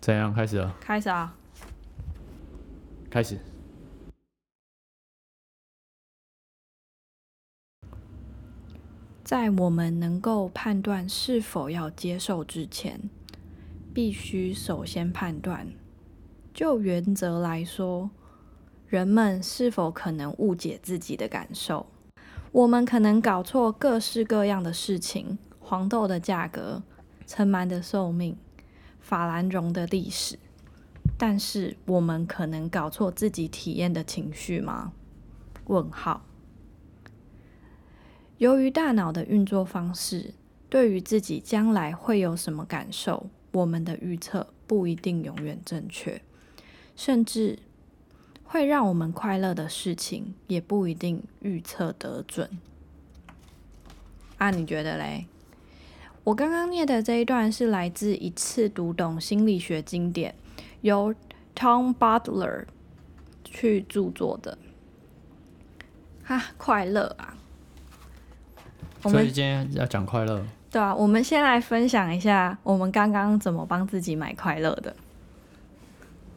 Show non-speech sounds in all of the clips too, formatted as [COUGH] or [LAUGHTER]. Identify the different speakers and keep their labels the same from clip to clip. Speaker 1: 怎样？开始了，
Speaker 2: 开始啊！
Speaker 1: 开始。
Speaker 2: 在我们能够判断是否要接受之前，必须首先判断。就原则来说，人们是否可能误解自己的感受？我们可能搞错各式各样的事情：黄豆的价格、尘螨的寿命、法兰绒的历史。但是，我们可能搞错自己体验的情绪吗？问号。由于大脑的运作方式，对于自己将来会有什么感受，我们的预测不一定永远正确，甚至会让我们快乐的事情也不一定预测得准。啊，你觉得嘞？我刚刚念的这一段是来自一次读懂心理学经典，由 Tom Butler 去著作的。哈，快乐啊！我
Speaker 1: 所
Speaker 2: 们
Speaker 1: 以今天要讲快乐，
Speaker 2: 对啊，我们先来分享一下我们刚刚怎么帮自己买快乐的，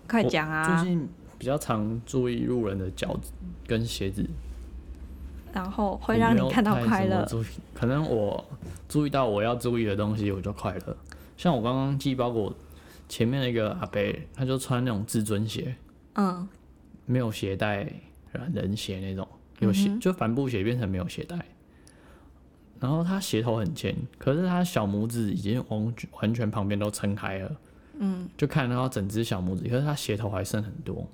Speaker 2: 快讲
Speaker 1: 最
Speaker 2: 啊！
Speaker 1: 近比较常注意路人的脚趾跟鞋子，
Speaker 2: 然后
Speaker 1: 我
Speaker 2: 会让
Speaker 1: 没有
Speaker 2: 你看到
Speaker 1: 太
Speaker 2: 快
Speaker 1: 怎么
Speaker 2: 乐，
Speaker 1: 注意，可能我注意到我要注意的东西，我就快乐。像我刚刚寄包裹前面那个阿伯，他就穿那种至尊鞋，
Speaker 2: 嗯，
Speaker 1: 没有鞋带，软人鞋那种，有鞋、就帆布鞋变成没有鞋带。然后他鞋头很尖，可是他小拇指已经完全完全旁边都撑开了，嗯，就看得到整只小拇指，可是他鞋头还剩很多，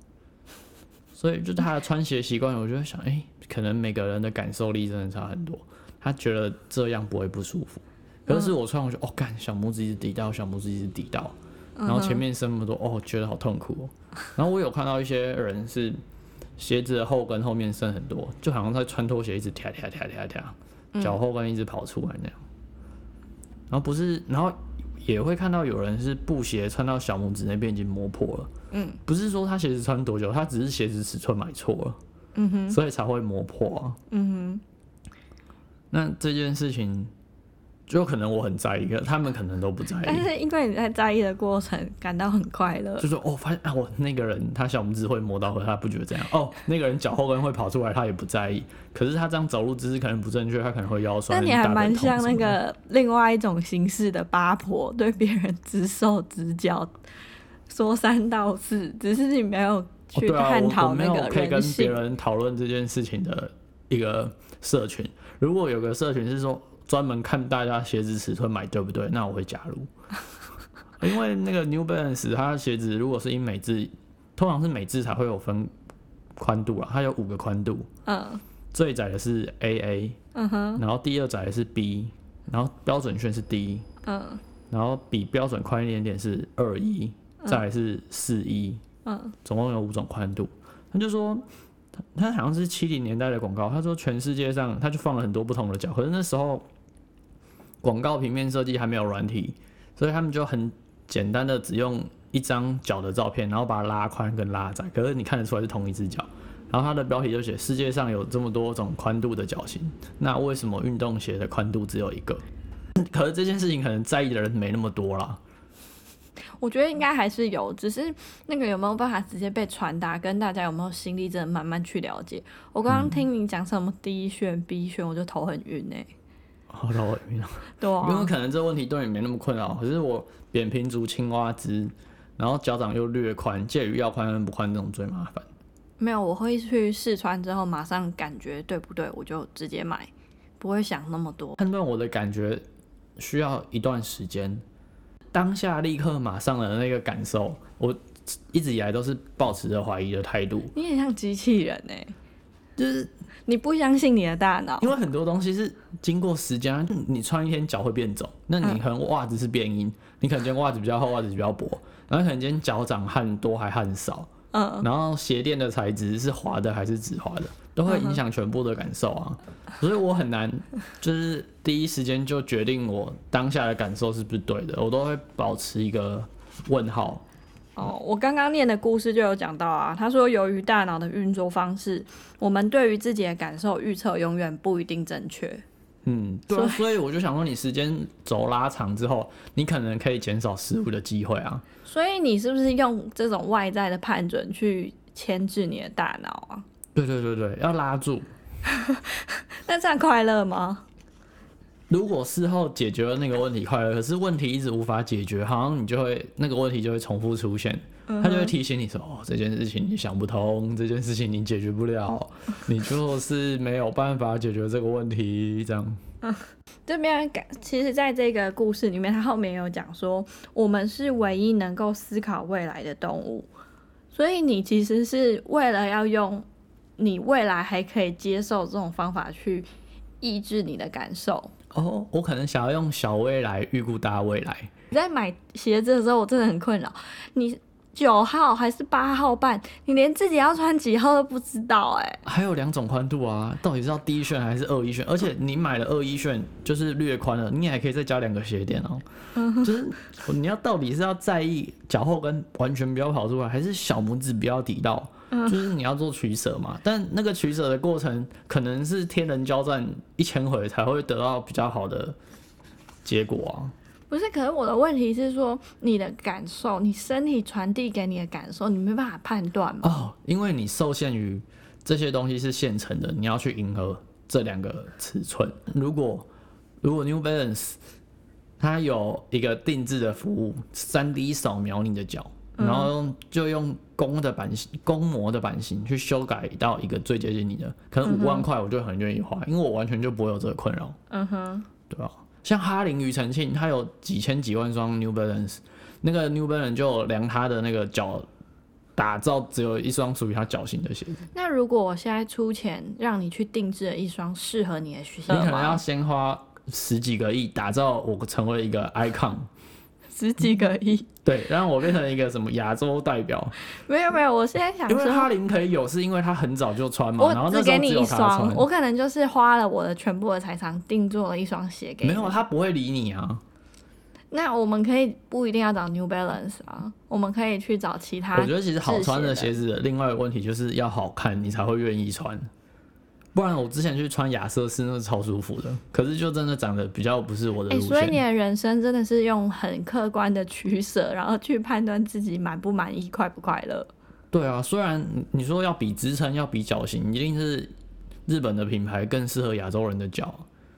Speaker 1: 所以就他的穿鞋习惯，我就在想，哎、可能每个人的感受力真的差很多。他觉得这样不会不舒服，可是我穿我就哦，干小拇指一直抵到，小拇指一直抵到，然后前面伸那么多，哦，觉得好痛苦、哦。然后我有看到一些人是鞋子的后跟后面伸很多，就好像在穿拖鞋一直跳跳跳跳跳，脚后跟一直跑出来那样。然后不是，然后也会看到有人是布鞋穿到小拇指那边已经磨破了。嗯，不是说他鞋子穿多久，他只是鞋子尺寸买错了。嗯哼，所以才会磨破、啊。嗯哼，那这件事情就可能我很在意，可他们可能都不在意。 [LAUGHS]
Speaker 2: 但是因为你在在意的过程感到很快乐，
Speaker 1: 就是哦，发现啊，我那个人他小拇指会磨到，可是他不觉得这样。哦，那个人脚后跟会跑出来，他也不在意。可是他这样走路姿势可能不正确，他可能会腰酸。
Speaker 2: 那你还
Speaker 1: 大腿
Speaker 2: 蛮
Speaker 1: 痛
Speaker 2: 像
Speaker 1: 什
Speaker 2: 那
Speaker 1: 么的。
Speaker 2: 个另外一种形式的八婆，对别人指手指脚，说三道四，只是你没有
Speaker 1: 哦、
Speaker 2: 去
Speaker 1: 对啊，
Speaker 2: 探
Speaker 1: 我我
Speaker 2: 讨
Speaker 1: 没
Speaker 2: 那
Speaker 1: 有
Speaker 2: 个
Speaker 1: 可以
Speaker 2: 人
Speaker 1: 跟别
Speaker 2: 性。
Speaker 1: 人讨论这件事情的一个社群。如果有个社群是说专门看大家鞋子尺寸买对不对，那我会加入。因为那个 New Balance 它的鞋子如果是英美制，通常是美制才会有分宽度啦，它有五个宽度。
Speaker 2: 嗯
Speaker 1: 最窄的是 AA，
Speaker 2: 嗯哼
Speaker 1: 然后第二窄的是 B，然后标准圈是 D，
Speaker 2: 嗯
Speaker 1: 然后比标准宽一点点是二一，再来是四一，
Speaker 2: 嗯
Speaker 1: 总共有五种宽度。他就说，他他好像是七零年代的广告，他说全世界上他就放了很多不同的脚，可是那时候广告平面设计还没有软体，所以他们就很简单的只用一张脚的照片，然后把它拉宽跟拉窄，可是你看得出来是同一只脚。然后它的标题就写世界上有这么多种宽度的脚型，那为什么运动鞋的宽度只有一个？ [LAUGHS] 可是这件事情可能在意的人没那么多啦。
Speaker 2: 我觉得应该还是有，只是那个有没有办法直接被传达，跟大家有没有心力，真的慢慢去了解。我刚
Speaker 1: 嗯
Speaker 2: 刚听你讲什么第一选、B 选，我就头很晕哎、
Speaker 1: 好了，我晕了。
Speaker 2: 对
Speaker 1: 因为
Speaker 2: 啊，
Speaker 1: 可能这问题对你没那么困扰，可是我扁平足青蛙姿，然后脚掌又略宽，介于要宽跟不宽这种最麻烦。
Speaker 2: 没有，我会去试穿之后马上感觉对不对，我就直接买，不会想那么多。
Speaker 1: 判断我的感觉需要一段时间，当下立刻马上的那个感受，我一直以来都是保持着怀疑的态度，
Speaker 2: 你很像机器人哎、
Speaker 1: 就是
Speaker 2: 你不相信你的大脑
Speaker 1: 因，为很多东西是经过时间啊，就你穿一天脚会变肿，那你可能袜子是变硬，你可能今天袜子比较厚，袜子比较薄，然后可能今天脚掌汗多还汗少，
Speaker 2: 嗯，
Speaker 1: 然后鞋垫的材质是滑的还是直滑的，都会影响全部的感受啊，所以我很难就是第一时间就决定我当下的感受是不是对的，我都会保持一个问号，
Speaker 2: 哦，我刚刚念的故事就有讲到啊，他说由于大脑的运作方式，我们对于自己的感受预测永远不一定正确。
Speaker 1: 嗯，对、啊，所以我就想说，你时间轴拉长之后，你可能可以减少失误的机会啊。
Speaker 2: 所以你是不是用这种外在的判准去牵制你的大脑啊？
Speaker 1: 对对对对，要拉住。
Speaker 2: 那这样快乐吗？
Speaker 1: 如果事后解决了那个问题快乐，可是问题一直无法解决，好像你就会那个问题就会重复出现，他就会提醒你说：“哦，这件事情你想不通，这件事情你解决不了，你就是没有办法解决这个问题。”这样。
Speaker 2: 这边感，其实在这个故事里面，他后面有讲说，我们是唯一能够思考未来的动物，所以你其实是为了要用你未来还可以接受这种方法去抑制你的感受。
Speaker 1: 哦，我可能想要用小未来预估大未来。
Speaker 2: 你在买鞋子的时候，我真的很困扰。你九号还是八号半，你连自己要穿几号都不知道哎、
Speaker 1: 还有两种宽度啊，到底是要第一旋还是二一旋？而且你买了二一旋就是略宽了，你还可以再加两个鞋垫哦、就是你要到底是要在意脚后跟完全不要跑出来，还是小拇指不要抵到？就是你要做取舍嘛。但那个取舍的过程可能是天人交战一千回才会得到比较好的结果啊。
Speaker 2: 不是，可是我的问题是说，你的感受，你身体传递给你的感受，你没办法判断嘛？
Speaker 1: 哦，因为你受限于这些东西是现成的，你要去迎合这两个尺寸。如果如果 New Balance 它有一个定制的服务，3 D 扫描你的脚，
Speaker 2: 嗯
Speaker 1: 然后用就用公的版型、公模的版型去修改到一个最接近你的，可能五万块我就很愿意花，因为我完全就不会有这个困扰。
Speaker 2: 嗯哼，
Speaker 1: 对啊，像哈林庾澄庆，他有几千几万双 New Balance，那个 New Balance 就有量他的那个脚，打造只有一双属于他脚型的鞋子。
Speaker 2: 那如果我现在出钱让你去定制了一双适合你的
Speaker 1: 你
Speaker 2: 鞋
Speaker 1: 可能要
Speaker 2: 吗？
Speaker 1: 先花十几个亿打造我成为一个 icon，
Speaker 2: 十几个亿？
Speaker 1: 对，让我变成一个什么亚洲代表。
Speaker 2: 没有没有，我现在想
Speaker 1: 因为
Speaker 2: 说，
Speaker 1: 哈林可以有，是因为他很早就穿嘛，然后
Speaker 2: 我只
Speaker 1: 那时候
Speaker 2: 给
Speaker 1: 只
Speaker 2: 你一
Speaker 1: 有他
Speaker 2: 双
Speaker 1: 穿，。
Speaker 2: 我可能就是花了我的全部的财产定做了一双鞋给你。
Speaker 1: 没有，他不会理你啊！
Speaker 2: 那我们可以不一定要找 New Balance 啊，我们可以去找其他。
Speaker 1: 我觉得其实好穿的
Speaker 2: 制鞋
Speaker 1: 鞋
Speaker 2: 的
Speaker 1: 子的，另外一个问题就是要好看，你才会愿意穿。不然我之前去穿亚瑟士，那是超舒服的，可是就真的长得比较不是我的
Speaker 2: 哎、
Speaker 1: 路
Speaker 2: 所以
Speaker 1: 线。
Speaker 2: 你的人生真的是用很客观的取舍，然后去判断自己满不满意、快不快乐。
Speaker 1: 对啊，虽然你你说要比支撑，要比脚型，一定是日本的品牌更适合亚洲人的脚，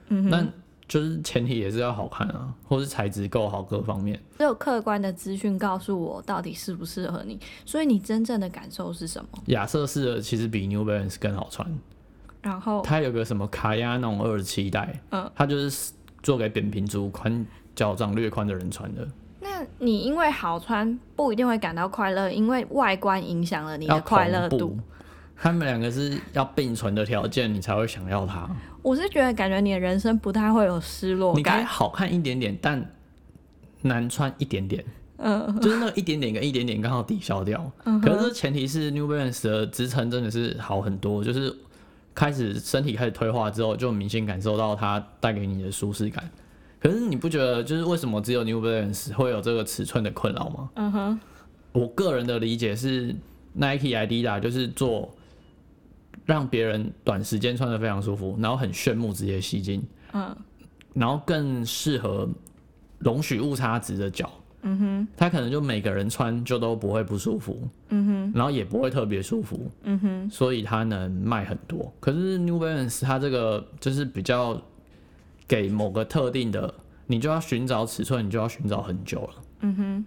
Speaker 2: 嗯哼，
Speaker 1: 但就是前提也是要好看啊，或是材质够好各方面。
Speaker 2: 只有客观的资讯告诉我到底适不适合你，所以你真正的感受是什么？
Speaker 1: 亚瑟士的其实比 New Balance 更好穿，
Speaker 2: 然后，
Speaker 1: 它有个什么卡亚那种二十七代，
Speaker 2: 哦嗯
Speaker 1: 它就是做给扁平足、宽脚掌略宽的人穿的，
Speaker 2: 那你因为好穿不一定会感到快乐，因为外观影响了你
Speaker 1: 要
Speaker 2: 的快乐
Speaker 1: 同
Speaker 2: 度
Speaker 1: 步。。他们两个是要并存的条件，你才会想要它。
Speaker 2: 我是觉得感觉你的人生不太会有失落
Speaker 1: 你可以
Speaker 2: 感。
Speaker 1: 好看一点点，但难穿一点点，
Speaker 2: [LAUGHS] 嗯，
Speaker 1: 就是那个一点点跟一点点刚好抵消掉。可是前提是 New Balance 的支撑真的是好很多，就是开始身体开始退化之后，就明显感受到它带给你的舒适感。可是你不觉得就是为什么只有 New Balance 会有这个尺寸的困扰吗？
Speaker 2: 嗯哼，
Speaker 1: 我个人的理解是，Nike、Adidas 就是做让别人短时间穿的非常舒服，然后很炫目，直接吸睛，
Speaker 2: 嗯
Speaker 1: 然后更适合容许误差值的脚。
Speaker 2: 嗯哼，
Speaker 1: 它可能就每个人穿就都不会不舒服，
Speaker 2: 嗯哼，
Speaker 1: 然后也不会特别舒服，
Speaker 2: 嗯哼，
Speaker 1: 所以它能卖很多。可是 New Balance 它这个就是比较给某个特定的，你就要寻找尺寸，你就要寻找很久了。
Speaker 2: 嗯哼。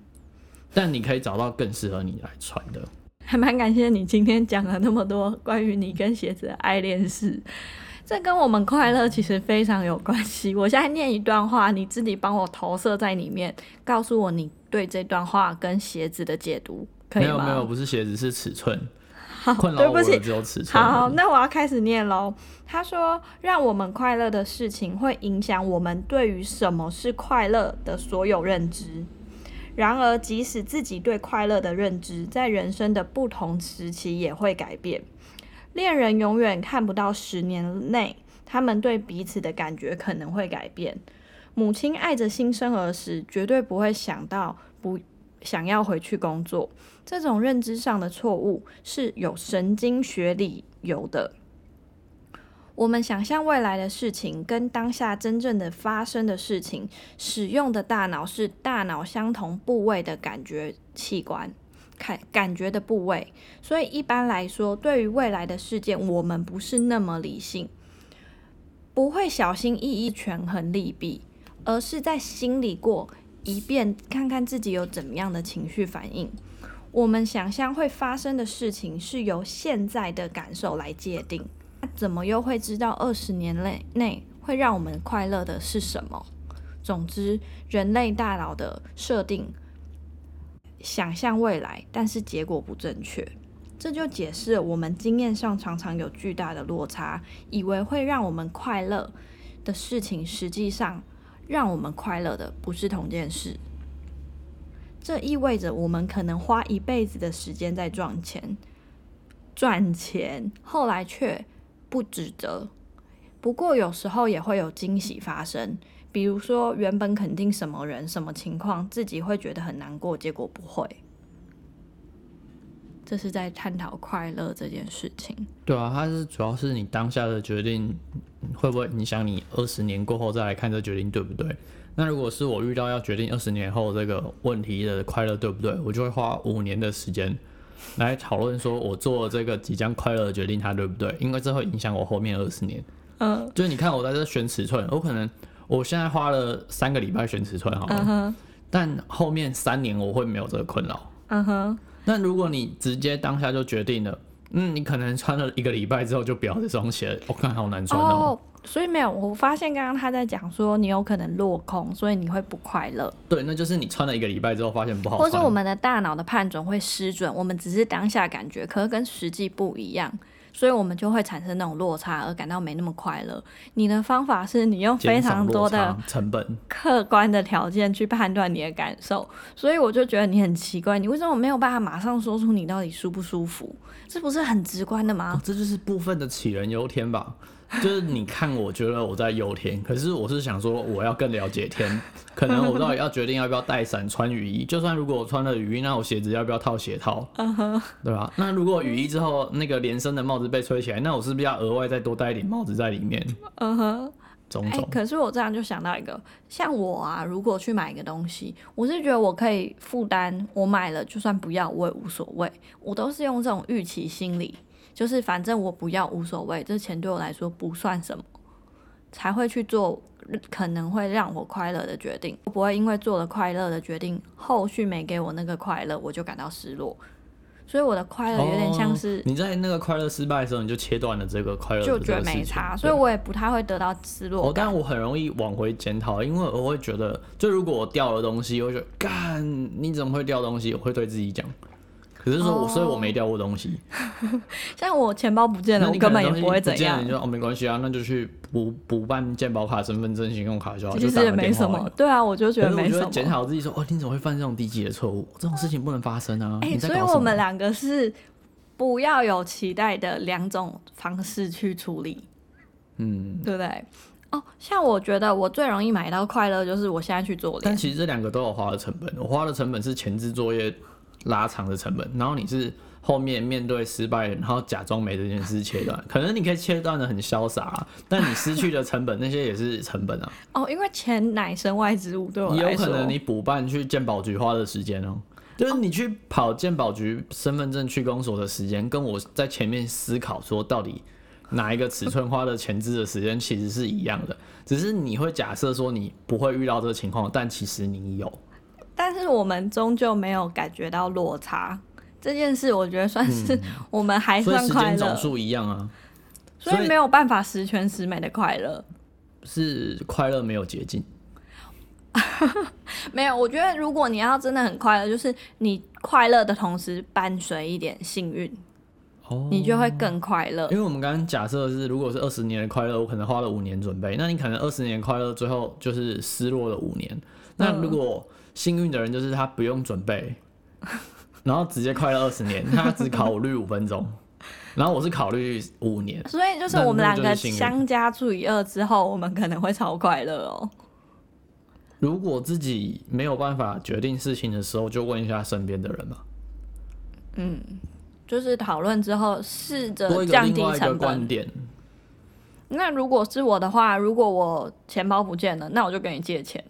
Speaker 1: 但你可以找到更适合你来穿的。
Speaker 2: 还蛮感谢你今天讲了那么多关于你跟鞋子的爱恋事，这跟我们快乐其实非常有关系。我现在念一段话，你自己帮我投射在里面，告诉我你对这段话跟鞋子的解读，可以
Speaker 1: 没
Speaker 2: 吗？
Speaker 1: 有没有，不是鞋子，是尺寸。
Speaker 2: 好，
Speaker 1: 困
Speaker 2: 对
Speaker 1: 扰我
Speaker 2: 不起
Speaker 1: 的，只有尺寸。
Speaker 2: 好，那我要开始念喽。他说：“让我们快乐的事情会影响我们对于什么是快乐的所有认知。然而，即使自己对快乐的认知，在人生的不同时期也会改变。恋人永远看不到十年内他们对彼此的感觉可能会改变。母亲爱着新生儿时，绝对不会想到不想要回去工作。”这种认知上的错误是有神经学理由的。我们想象未来的事情跟当下真正的发生的事情，使用的大脑是大脑相同部位的感觉器官，感感觉的部位。所以一般来说，对于未来的事件，我们不是那么理性，不会小心翼翼权衡利弊，而是在心里过一遍，看看自己有怎么样的情绪反应。我们想象会发生的事情是由现在的感受来界定，那怎么又会知道二十年内内会让我们快乐的是什么？总之，人类大脑的设定想象未来，但是结果不正确，这就解释了我们经验上常常有巨大的落差，以为会让我们快乐的事情，实际上让我们快乐的不是同件事。这意味着我们可能花一辈子的时间在赚钱，赚钱，后来却不值得。不过有时候也会有惊喜发生，比如说原本肯定什么人、什么情况，自己会觉得很难过，结果不会。这是在探讨快乐这件事情。
Speaker 1: 对啊，它是主要是你当下的决定会不会影响你二十年过后再来看这决定对不对？那如果是我遇到要决定二十年后这个问题的快乐对不对，我就会花五年的时间来讨论说我做这个即将快乐的决定它对不对，因为这会影响我后面二十年。
Speaker 2: 嗯
Speaker 1: 就是你看我在这选尺寸，我可能我现在花了三个礼拜选尺寸好了，
Speaker 2: 嗯哼，
Speaker 1: 但后面三年我会没有这个困扰。
Speaker 2: 嗯哼，
Speaker 1: 那如果你直接当下就决定了，嗯，你可能穿了一个礼拜之后就不要这双鞋了，我、看好难穿哦。
Speaker 2: 哦，所以没有，我发现刚刚他在讲说你有可能落空，所以你会不快乐。
Speaker 1: 对，那就是你穿了一个礼拜之后发现不好
Speaker 2: 或
Speaker 1: 穿。
Speaker 2: 是我们的大脑的判准会失准，我们只是当下感觉，可是跟实际不一样，所以我们就会产生那种落差，而感到没那么快乐。你的方法是你用非
Speaker 1: 减少
Speaker 2: 常多
Speaker 1: 落
Speaker 2: 的哦
Speaker 1: 差成本，
Speaker 2: 客观的条件去判断你的感受，所以我就觉得你很奇怪，你为什么没有办法马上说出你到底舒不舒服？这不是很直观的
Speaker 1: 哦 [LAUGHS]
Speaker 2: 吗？
Speaker 1: 这就是部分的杞人忧天吧。就是你看，我觉得我在忧天，可是我是想说，我要更了解
Speaker 2: [LAUGHS]
Speaker 1: 天，可能我到底要决定要不要带伞、穿雨衣。就算如果我穿了雨衣，那我鞋子要不要套鞋套？
Speaker 2: 嗯
Speaker 1: 对吧？那如果雨衣之后那个连身的帽子被吹起来，那我是不是要额外再多戴一顶帽子在里面？
Speaker 2: 嗯哼。
Speaker 1: 种
Speaker 2: 哎、
Speaker 1: 种。
Speaker 2: 可是我这样就想到一个，像我啊，如果去买一个东西，我是觉得我可以负担，我买了就算不要我也无所谓，我都是用这种预期心理，就是反正我不要无所谓，这钱对我来说不算什么，才会去做可能会让我快乐的决定，我不会因为做了快乐的决定，后续没给我那个快乐，我就感到失落。所以我的快乐有点像是、
Speaker 1: 哦你在那个快乐失败的时候，你就切断了这个快乐的这
Speaker 2: 就
Speaker 1: 个
Speaker 2: 觉得
Speaker 1: 事情
Speaker 2: 没差，
Speaker 1: 对
Speaker 2: 所以我也不太会得到失落
Speaker 1: 哦，但我很容易往回检讨，因为我会觉得，就如果我掉了东西，我会觉得干，你怎么会掉东西？我会对自己讲。可是说我，
Speaker 2: 哦
Speaker 1: 所以我没掉过东西，
Speaker 2: 像我钱包不见
Speaker 1: 那
Speaker 2: 了，
Speaker 1: 你
Speaker 2: 我
Speaker 1: 可
Speaker 2: 根
Speaker 1: 能
Speaker 2: 本也
Speaker 1: 东西
Speaker 2: 不会
Speaker 1: 不
Speaker 2: 怎
Speaker 1: 见了
Speaker 2: 样
Speaker 1: 你，就哦没关系啊，那就去补补办健保卡、身份证、信用卡就好，
Speaker 2: 其
Speaker 1: 就
Speaker 2: 实
Speaker 1: 打
Speaker 2: 也
Speaker 1: 个
Speaker 2: 没
Speaker 1: 电
Speaker 2: 什
Speaker 1: 话
Speaker 2: 么
Speaker 1: 而。已。
Speaker 2: 对啊，我就觉
Speaker 1: 可
Speaker 2: 得
Speaker 1: 是我
Speaker 2: 没
Speaker 1: 觉
Speaker 2: 什
Speaker 1: 得检
Speaker 2: 么。
Speaker 1: 讨自己说，哦，你怎么会犯这种低级的错误？这种事情不能发生啊！
Speaker 2: 哎、
Speaker 1: 你在
Speaker 2: 所以
Speaker 1: 搞什
Speaker 2: 我
Speaker 1: 么
Speaker 2: 们？两个是不要有期待的两种方式去处理，
Speaker 1: 嗯，
Speaker 2: 对不对？哦，像我觉得我最容易买到快乐就是我现在去做
Speaker 1: 但
Speaker 2: 脸，
Speaker 1: 其实这两个都有花的成本，我花的成本是前置作业拉长的成本，然后你是后面面对失败，然后假装没这件事切断，可能你可以切断的很潇洒、啊，但你失去的成本 [LAUGHS] 那些也是成本啊，
Speaker 2: 哦，因为钱乃身外之物，对我
Speaker 1: 也有
Speaker 2: 来说，
Speaker 1: 可能你补办去鉴宝局花的时间哦、就是你去跑鉴宝局身份证去公所的时间，跟我在前面思考说到底哪一个尺寸花的前置的时间其实是一样的，只是你会假设说你不会遇到这个情况，但其实你有。
Speaker 2: 但是我们终究没有感觉到落差。这件事我觉得算是我们还
Speaker 1: 嗯所以
Speaker 2: 算
Speaker 1: 时
Speaker 2: 哎快
Speaker 1: 间
Speaker 2: 乐
Speaker 1: 总，数一样啊，
Speaker 2: 所以
Speaker 1: 所以
Speaker 2: 没有办法十全十美的快乐。
Speaker 1: 是快乐没有捷径。
Speaker 2: 没有，我觉得如果你要真的很快乐，就是你快乐的同时伴随一点幸运，
Speaker 1: 哦
Speaker 2: 你就会更快乐
Speaker 1: 因。为我们刚刚假设的是，如果是二十年的快乐，我可能花了五年准备，那你可能二十年的快乐最后就是失落了五年。那如果幸运的人就是他不用准
Speaker 2: [LAUGHS]
Speaker 1: 备，然后直接快乐二十年，他只考虑五分钟，然后我是考虑五年。
Speaker 2: 所以就是
Speaker 1: 那
Speaker 2: 我们两
Speaker 1: 那
Speaker 2: 个
Speaker 1: 就是幸运
Speaker 2: 相加除以二之后，我们可能会超快乐哦。
Speaker 1: 如果自己没有办法决定事情的时候，就问一下身边的人嘛。
Speaker 2: 就是讨论之后，试着
Speaker 1: 多一个
Speaker 2: 降
Speaker 1: 另
Speaker 2: 低
Speaker 1: 外一个
Speaker 2: 成
Speaker 1: 观
Speaker 2: 本。
Speaker 1: 点，
Speaker 2: 那如果是我的话，如果我钱包不见了，那我就跟你借钱。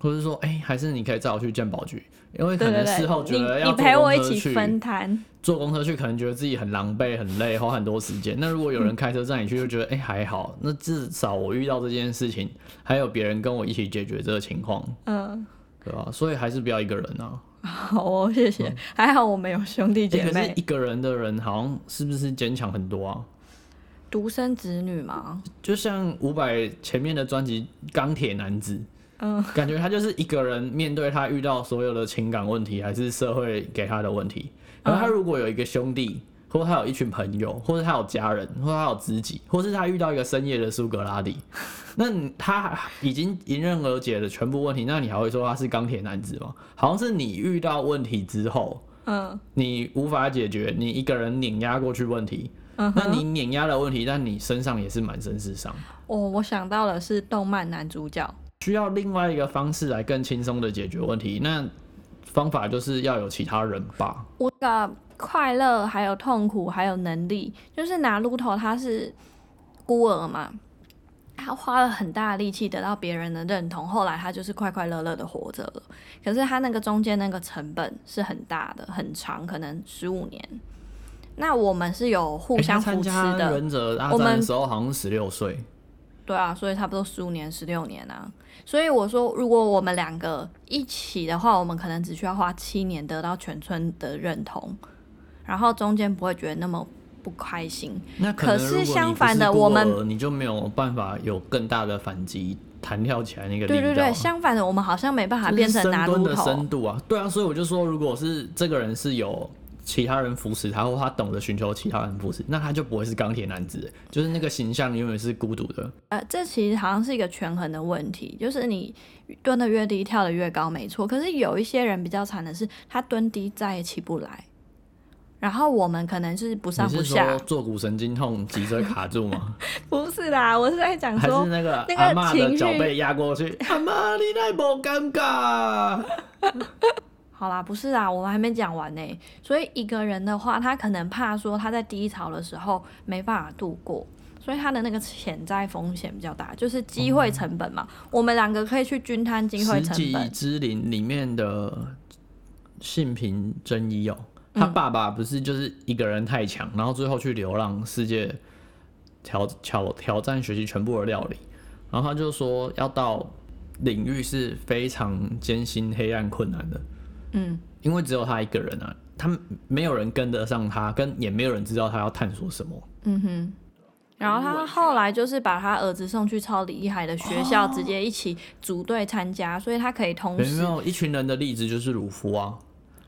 Speaker 1: 或者说，哎、还是你可以载我去鉴宝局，因为可
Speaker 2: 对对
Speaker 1: 能事后觉得
Speaker 2: 对，你
Speaker 1: 要
Speaker 2: 你
Speaker 1: 坐
Speaker 2: 陪我一
Speaker 1: 公车
Speaker 2: 起
Speaker 1: 去
Speaker 2: 分摊。
Speaker 1: 坐公车去，可能觉得自己很狼狈、很累，花很多时间。那如果有人开车载你去，就觉得哎、还好，那至少我遇到这件事情，还有别人跟我一起解决这个情况，
Speaker 2: 嗯，
Speaker 1: 对吧、所以还是不要一个人啊。
Speaker 2: 好哦，谢谢。还好我们有兄弟
Speaker 1: 哎
Speaker 2: 姐
Speaker 1: 嗯可是
Speaker 2: 妹
Speaker 1: 一，个人的人好像是不是坚强很多啊？
Speaker 2: 独生子女嘛。
Speaker 1: 就像伍佰前面的专辑《钢铁男子》，
Speaker 2: 嗯，
Speaker 1: 感觉他就是一个人面对他遇到所有的情感问题，还是社会给他的问题。然后他如果有一个兄
Speaker 2: 嗯
Speaker 1: 弟，或者他有一群朋友，或者他有家人，或者他有知己，或是他遇到一个深夜的苏格拉
Speaker 2: [LAUGHS]
Speaker 1: 底，那你他已经迎刃而解了全部问题，那你还会说他是钢铁男子吗？好像是你遇到问题之后，
Speaker 2: 嗯
Speaker 1: 你无法解决，你一个人碾压过去问题。
Speaker 2: 嗯
Speaker 1: 那
Speaker 2: 哼，
Speaker 1: 你碾压了问题，但你身上也是满身是伤，
Speaker 2: 哦，我想到了是动漫男主角。
Speaker 1: 需要另外一个方式来更轻松的解决问题。那方法就是要有其他人吧。
Speaker 2: 我的快乐，还有痛苦，还有能力，就是拿鹿头，他是孤儿嘛，他花了很大的力气得到别人的认同，后来他就是快快乐乐的活着了。可是他那个中间那个成本是很大的，很长，可能十五年。那我们是有
Speaker 1: 欸
Speaker 2: 互
Speaker 1: 他
Speaker 2: 相
Speaker 1: 参
Speaker 2: 扶持
Speaker 1: 加
Speaker 2: 的，
Speaker 1: 忍者大
Speaker 2: 我
Speaker 1: 战
Speaker 2: 们
Speaker 1: 的时候好像十六岁，
Speaker 2: 对啊，所以差不多十五年、十六年啊。所以我说，如果我们两个一起的话，我们可能只需要花七年得到全村的认同，然后中间不会觉得那么不开心。
Speaker 1: 那
Speaker 2: 可
Speaker 1: 能
Speaker 2: 是
Speaker 1: 如果你
Speaker 2: 相
Speaker 1: 不
Speaker 2: 反的
Speaker 1: 孤
Speaker 2: 我们
Speaker 1: 儿你就没有办法有更大的反击，弹跳起来那个力
Speaker 2: 对
Speaker 1: 道。
Speaker 2: 对对，相反的，我们好像没办法
Speaker 1: 就是
Speaker 2: 变成
Speaker 1: 深
Speaker 2: 拿
Speaker 1: 蹲
Speaker 2: 鹿
Speaker 1: 的
Speaker 2: 头
Speaker 1: 深。度啊，对啊，所以我就说，如果是这个人是有其他人扶持他，或他懂得寻求其他人扶持，那他就不会是钢铁男子，就是那个形象永远是孤独的。
Speaker 2: 呃，这其实好像是一个权衡的问题，就是你蹲的越低，跳的越高，没错。可是有一些人比较惨的是，他蹲低再也起不来，然后我们可能是不上
Speaker 1: 你
Speaker 2: 不
Speaker 1: 是
Speaker 2: 下 [LAUGHS]
Speaker 1: 说。坐骨神经痛、脊椎卡住吗？
Speaker 2: 不是啦， [LAUGHS] 我是在讲
Speaker 1: 还
Speaker 2: 说
Speaker 1: 是，那个
Speaker 2: 那个
Speaker 1: 阿嬷
Speaker 2: 情
Speaker 1: 的
Speaker 2: 绪
Speaker 1: 脚被压过去？阿嬷，你那不尴尬？
Speaker 2: 好啦，不是啊啦，我们还没讲完呢。所以一个人的话，他可能怕说他在低潮的时候没办法度过，所以他的那个潜在风险比较大，就是机
Speaker 1: 哦
Speaker 2: 会成本嘛。我们两个可以去均摊机会
Speaker 1: 十
Speaker 2: 成
Speaker 1: 几
Speaker 2: 本。
Speaker 1: 之灵里面的性平真一哦，
Speaker 2: 嗯
Speaker 1: 他爸爸不是就是一个人太强，然后最后去流浪世界挑挑挑战学习全部的料理，然后他就说要到领域是非常艰辛、黑暗、困难的，
Speaker 2: 嗯，
Speaker 1: 因为只有他一个人啊，他没有人跟得上他，跟也没有人知道他要探索什么。
Speaker 2: 嗯哼。然后他后来就是把他儿子送去超厉害的学校，直接一起组队参加，所以他可以同
Speaker 1: 有没
Speaker 2: 时
Speaker 1: 有哦一群人的例子就是鲁夫啊？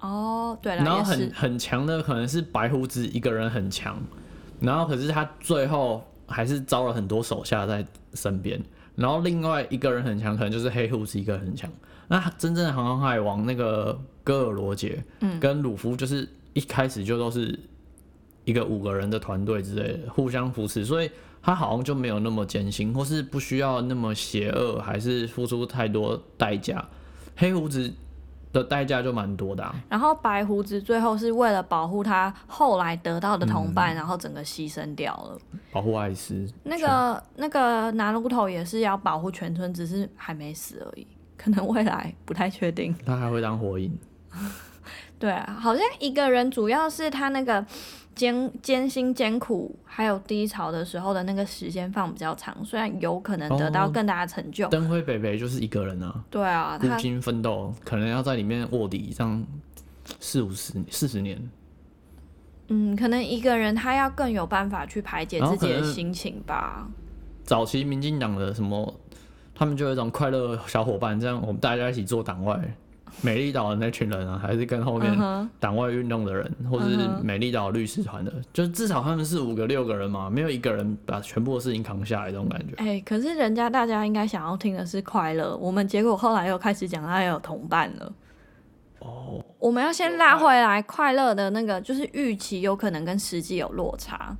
Speaker 2: 哦，对
Speaker 1: 然
Speaker 2: 了，
Speaker 1: 后
Speaker 2: 也
Speaker 1: 很
Speaker 2: 是，
Speaker 1: 很强的可能是白胡子一个人很强，然后可是他最后还是招了很多手下在身边。然后另外一个人很强，可能就是黑胡子一个人很强。那真正的航海王那个戈尔罗杰，嗯，跟鲁夫就是一开始就都是一个五个人的团队之类的，互相扶持，所以他好像就没有那么艰辛，或是不需要那么邪恶，还是付出太多代价。黑胡子的代价就蛮多的、啊，
Speaker 2: 然后白胡子最后是为了保护他后来得到的
Speaker 1: 嗯
Speaker 2: 同伴，然后整个牺牲掉了。
Speaker 1: 保护艾斯。
Speaker 2: 那个那个拿鹿头也是要保护全村，只是还没死而已，可能未来不太确定。
Speaker 1: 他还会当火影，
Speaker 2: 对啊，好像一个人主要是他那个艰艰辛、艰苦，还有低潮的时候的那个时间放比较长，虽然有可能得到
Speaker 1: 哦
Speaker 2: 更大的成就。
Speaker 1: 灯辉北北就是一个人啊，
Speaker 2: 对啊，
Speaker 1: 孤
Speaker 2: 他
Speaker 1: 军奋斗，可能要在里面卧底这样四五十四十年，
Speaker 2: 嗯，可能一个人他要更有办法去排解
Speaker 1: 然后
Speaker 2: 自己
Speaker 1: 可
Speaker 2: 的
Speaker 1: 能
Speaker 2: 心情吧。
Speaker 1: 早期民进党的什么，他们就有一种快乐小伙伴，这样我们大家一起做党外，美丽岛的那群人啊，还是跟后面
Speaker 2: 嗯哼，
Speaker 1: 党外运动的人，或者是
Speaker 2: 嗯哼
Speaker 1: 美丽岛律师团的，就至少他们是五个六个人嘛，没有一个人把全部的事情扛下来，这种感觉。
Speaker 2: 哎、可是人家大家应该想要听的是快乐，我们结果后来又开始讲他有同伴了。
Speaker 1: 哦，
Speaker 2: 我们要先拉回来，快乐的那个就是预期有可能跟实际有落差。